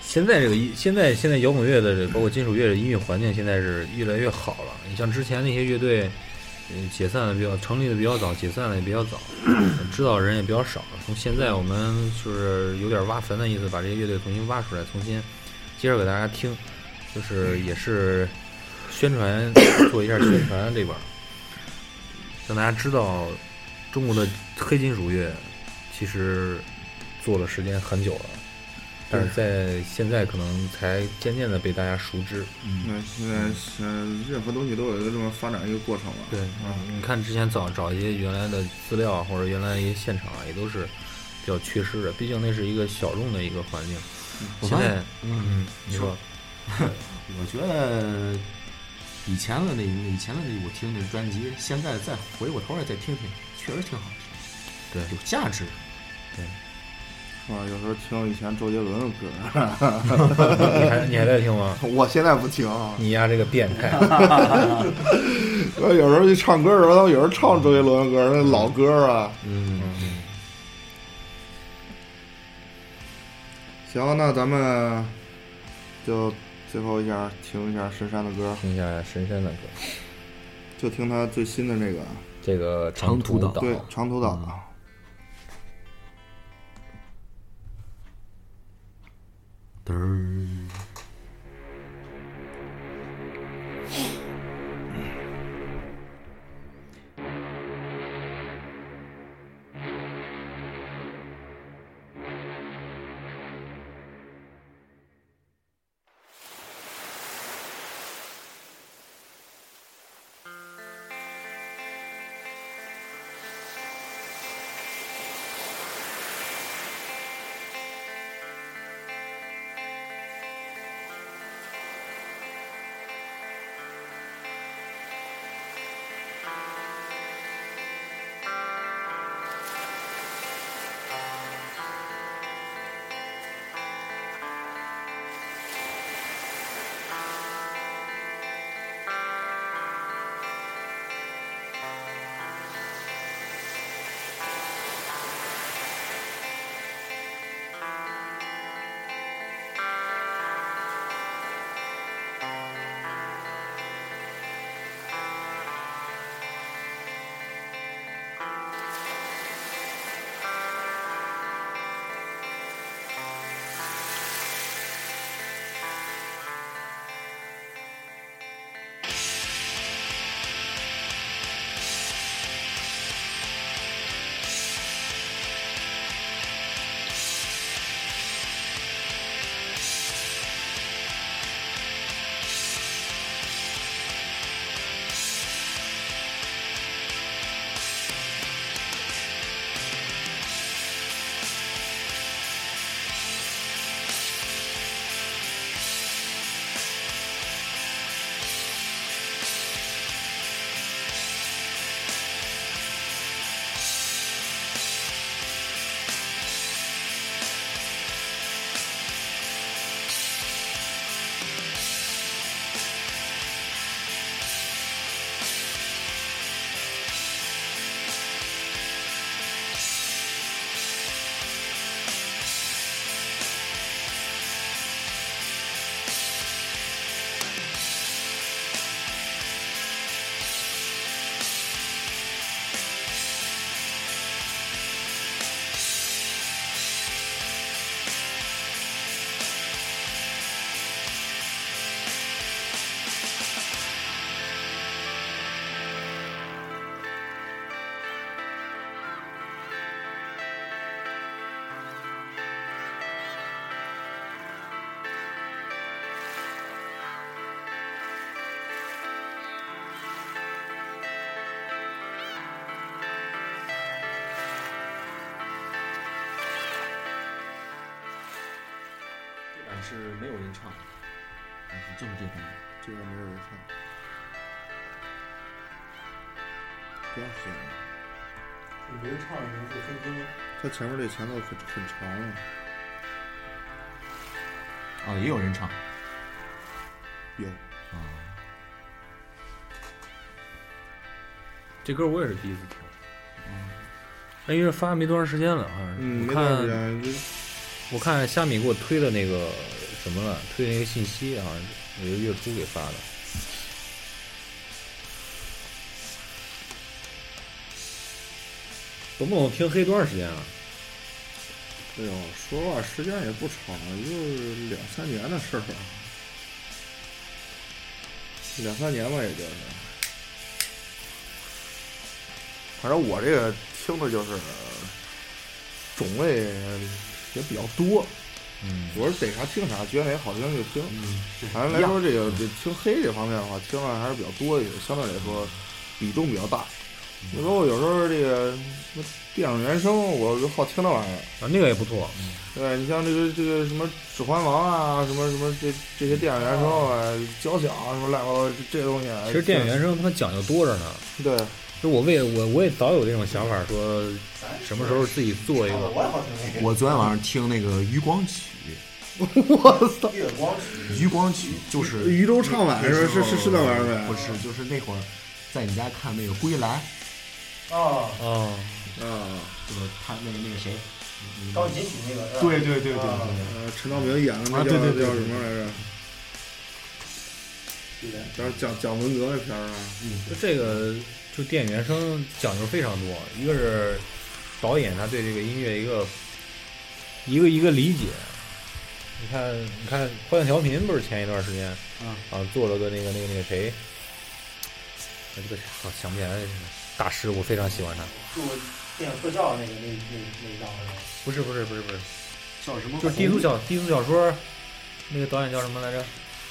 现在这个音，现在现在摇滚乐的这包括金属乐的音乐环境，现在是越来越好了。你像之前那些乐队，呃解散的比较成立的比较早，解散的也比较早，知道的人也比较少。从现在我们就是有点挖坟的意思，把这些乐队重新挖出来，重新接着给大家听，就是也是宣传做一下宣传这边儿，让大家知道中国的黑金属乐其实做了时间很久了。但是在现在可能才渐渐的被大家熟知。
那现在现在任何东西都有一个这么发展一个过程吧。
对，嗯
啊，
你看之前找找一些原来的资料或者原来一些现场啊，也都是比较缺失的，毕竟那是一个小众的一个环境。
我
现
发现
在，嗯，你说，
我觉得以前的那以前的那我听的专辑，现在再回过头来再听听，确实挺好听，
对
有价值。
是吧？啊有时候听以前周杰伦的 歌，
你还你还在听吗？
我现在不听啊。
你呀，这个变 态！
我 有时候去唱歌的时候，他们有人唱周杰伦的歌，那老歌啊。
嗯，
行，那咱们就最后一下听一下深山的歌，
听一下神山的歌，
就听他最新的那个，
这个
长
途
途岛
对，长头岛。啊
嘚儿。这版是没有人唱，就是这版。
这个没有人唱，不要黑了。
你别人唱的时候会黑听，
它前面这前奏很很长啊。
啊，也有人唱。
哎有，
这歌我也是第一次听。哎，因为发没多长时间了，好像是。
嗯，
我
没
看
段时间就
我看虾米给我推的那个什么了，推的那个信息啊，有一个月初给发的。
懂不懂？听黑多长时间啊？
哎呦，说实话时间也不长，也就是两三年的事儿吧，两三年吧，也就是。反正我这个听的就是种类也比较多，
嗯，
我是逮啥听啥，觉得哪哎个好听就听。
嗯，是
反正来说，这个这听黑这方面的话，听的还是比较多一些，相对来说比重比较大。
嗯
你包括有时候这个什么电影原声，我就好听那玩意儿。
啊，那个也不错，
对你像这个这个什么《指环王》啊，什么什么这这些电影原声啊，交响啊，什么乱七八糟这这东西啊。
其实电影原声他妈讲究多着呢。
对，
就我为我我也早有这种想法，说什么时候自己做一个
我也好听那个
我昨天晚上听那个《余光曲
月光》，
《
嗯
余光曲》就是
渔舟唱晚
那时
是
候
是是是那玩意儿呗？
不是，就是那会儿在你家看那个《归来
啊，
啊，
啊，》，
就是他那个那个谁，
钢琴曲那个。是吧
对对对对对
啊
对，
呃，陈道明演的那
啊
叫
对对对
叫什么来着？讲讲讲文革那片儿啊，
就这个就电影原声讲究非常多，一个是导演他对这个音乐一个一个一个理解。你看，你看《欢乐调频》不是前一段时间
嗯
啊做了个那个那个那个谁，啊这个好想不起来了这个大师，我非常喜欢他。
就电影特效那个那那那一张是吧？
不是不是不是不是，
叫什么？
就是低俗小低俗小说，那个导演叫什么来着？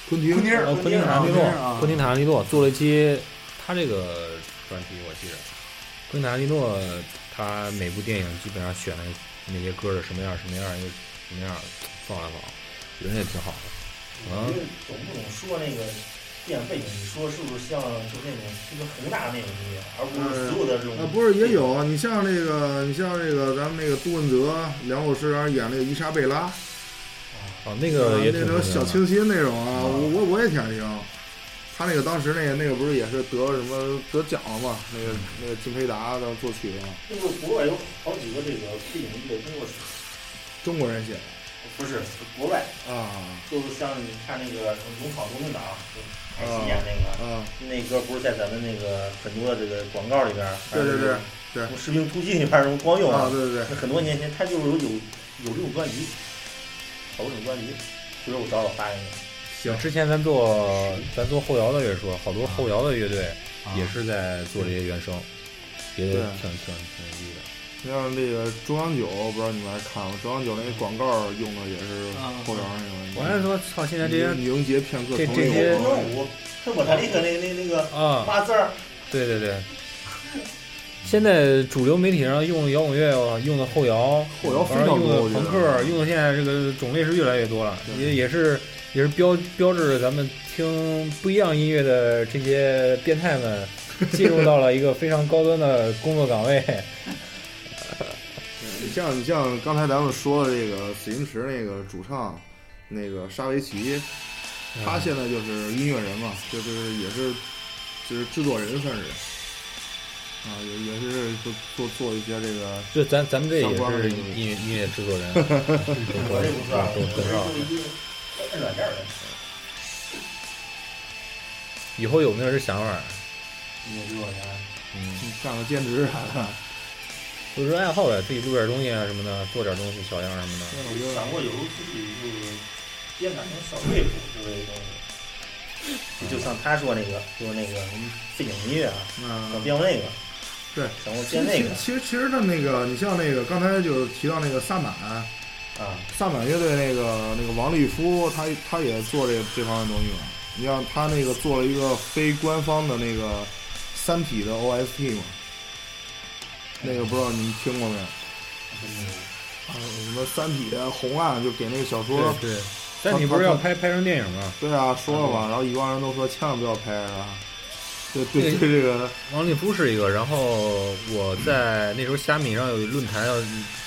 昆汀，
丁
呃，
儿，
昆汀塔
啊
兰蒂
昆汀啊
诺，昆汀塔兰蒂诺做了一期他这个专题，我记着，昆汀塔兰蒂诺他每部电影基本上选了那些歌是什么样什么样又什么样放了放，我觉得也挺好的。嗯
因为懂不懂说那个电影背景，你说是不是像就是那种就是宏大的那种音乐，而不是所有的这种。
啊，不是也有啊？你像那个，你像那个，咱们那个杜汶泽、梁老师，然后演那个伊莎贝拉，
哦，那个也
啊那
挺
种小
清
清新那种啊，我我我也挺爱听。他那个当时那个那个不是也是得什么得奖了嘛？那个那个金培达当作曲的，啊
那个国外有好几个这个背景音乐中国是
中国人写的
不是国外，
啊
就是像你看那个什么《农场农民党》，台西演那个、
嗯
啊！
那歌，不是在咱们那个很多的这个广告里边，
对对对，
什么《士兵突击》里边什么光用
啊对对对，
很多年前他就是有有有这种专辑，好多种专辑，回头我找找发给你。
新。之前咱做咱做后摇的也说，好多后摇的乐队
啊
也
啊
是在做这些原声，也挺
对
挺挺牛逼的。
你像那个中央九，不知道你们还看过？中央九那个广告用的也是后摇那
啊我
种。
还说操，现在这些
凝结片刻，
这
同
这
一
些
个
中央五，是我他那个那那那个
啊，
骂字儿，
对对对，现在主流媒体上用摇滚乐，用的后摇，
后摇非
然
常
后
多
用
我
的
觉
朋
得
克，用的现在这个种类是越来越多了，
对
也也是也是标标志着咱们听不一样音乐的这些变态 们进入到了一个非常高端的工作岗位。
你像你像刚才咱们说的这个紫金池那个主唱，那个沙维奇，
嗯
他现在就是音乐人嘛，就就是也是就是制作人算是，啊，也也是做做做一些这个，
就嗯咱咱们这也
相关
是
的
音乐音乐制 作人，都
我这不算，
都
我
都
这
都上。
就是一个按软件儿的。
以后有没有这想法？
你有多少钱？
嗯干个兼职啥的。
就是爱好呗，自己录点东西啊什么的，做点东西小样什么的。
但我觉
我
得
想过有时候自己就是编点那小乐谱之类的东西，嗯就像他说那个，就是那个背景音乐啊，我
嗯，
编过那个，
对，
想过
其
编
实
那个
其实其实他那个，你像那个刚才就提到那个萨满，
啊，
萨满乐队那个那个王立夫，他他也做这这方面东西嘛。你像他那个做了一个非官方的那个《三体》的 OST 嘛，那个不知道你们听过没有？啊，什么《三体》啊，红岸就给那个小说，
对嗯对，但你不是要拍拍成电影吗？
对啊，说了嘛，然后一帮人都说千万不要拍啊，对对对，这个
王立夫是一个，然后我在那时候虾米上有一论坛，要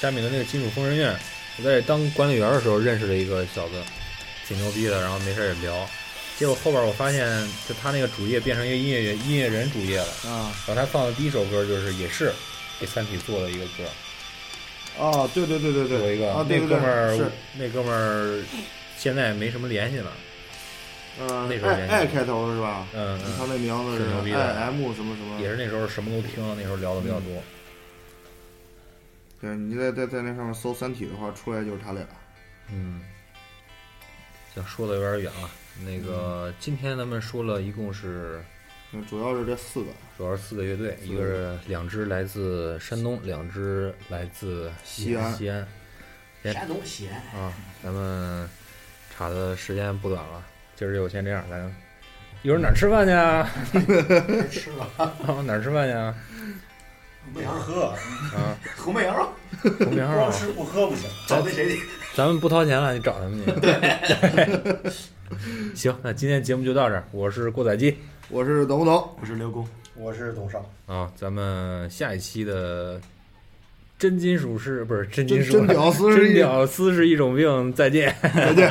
虾米的那个金属疯人院，我在这当管理员的时候认识了一个小子，挺牛逼的，然后没事儿也聊。结果后边我发现，就他那个主页变成一个音乐音乐人主页了，
啊
然后他放的第一首歌就是也是给《三体》做的一个歌，
啊，对对对对
有一
对，
个
啊对对
那哥们
对，是
儿，那哥们儿现在没什么联系了，
嗯
那时候
爱
联系
爱开头是吧？
嗯
他
嗯，
那名字
挺牛逼
是
的
I M 什么什么，
也是那时候什么都听，那时候聊的比较多。
对，你在在在那上面搜《三体》的话，出来就是他俩。
嗯，行，说的有点远了。那个，今天咱们说了一共是
嗯主要是这四个，
主要是四个乐队，一个是两支来自山东，两支来自
西安
西安哎
山东西安，
啊，咱们查的时间不短了，今儿就先这样，咱一会儿哪儿吃饭去啊？
吃吧，
啊哪儿吃饭去啊？
没
不
有
喝，
啊，
红梅羊，
红名
光
啊，
吃不喝不行。
找那谁去？
咱们不掏钱了，你找他们 去。 行，那今天节目就到这儿，我是郭载基
我是懂不懂？
我是刘工，
我是董少，
啊，咱们下一期的真金属是不是真金
真
属
真屌丝是
真
一
屌丝是一种病，再见。
再见。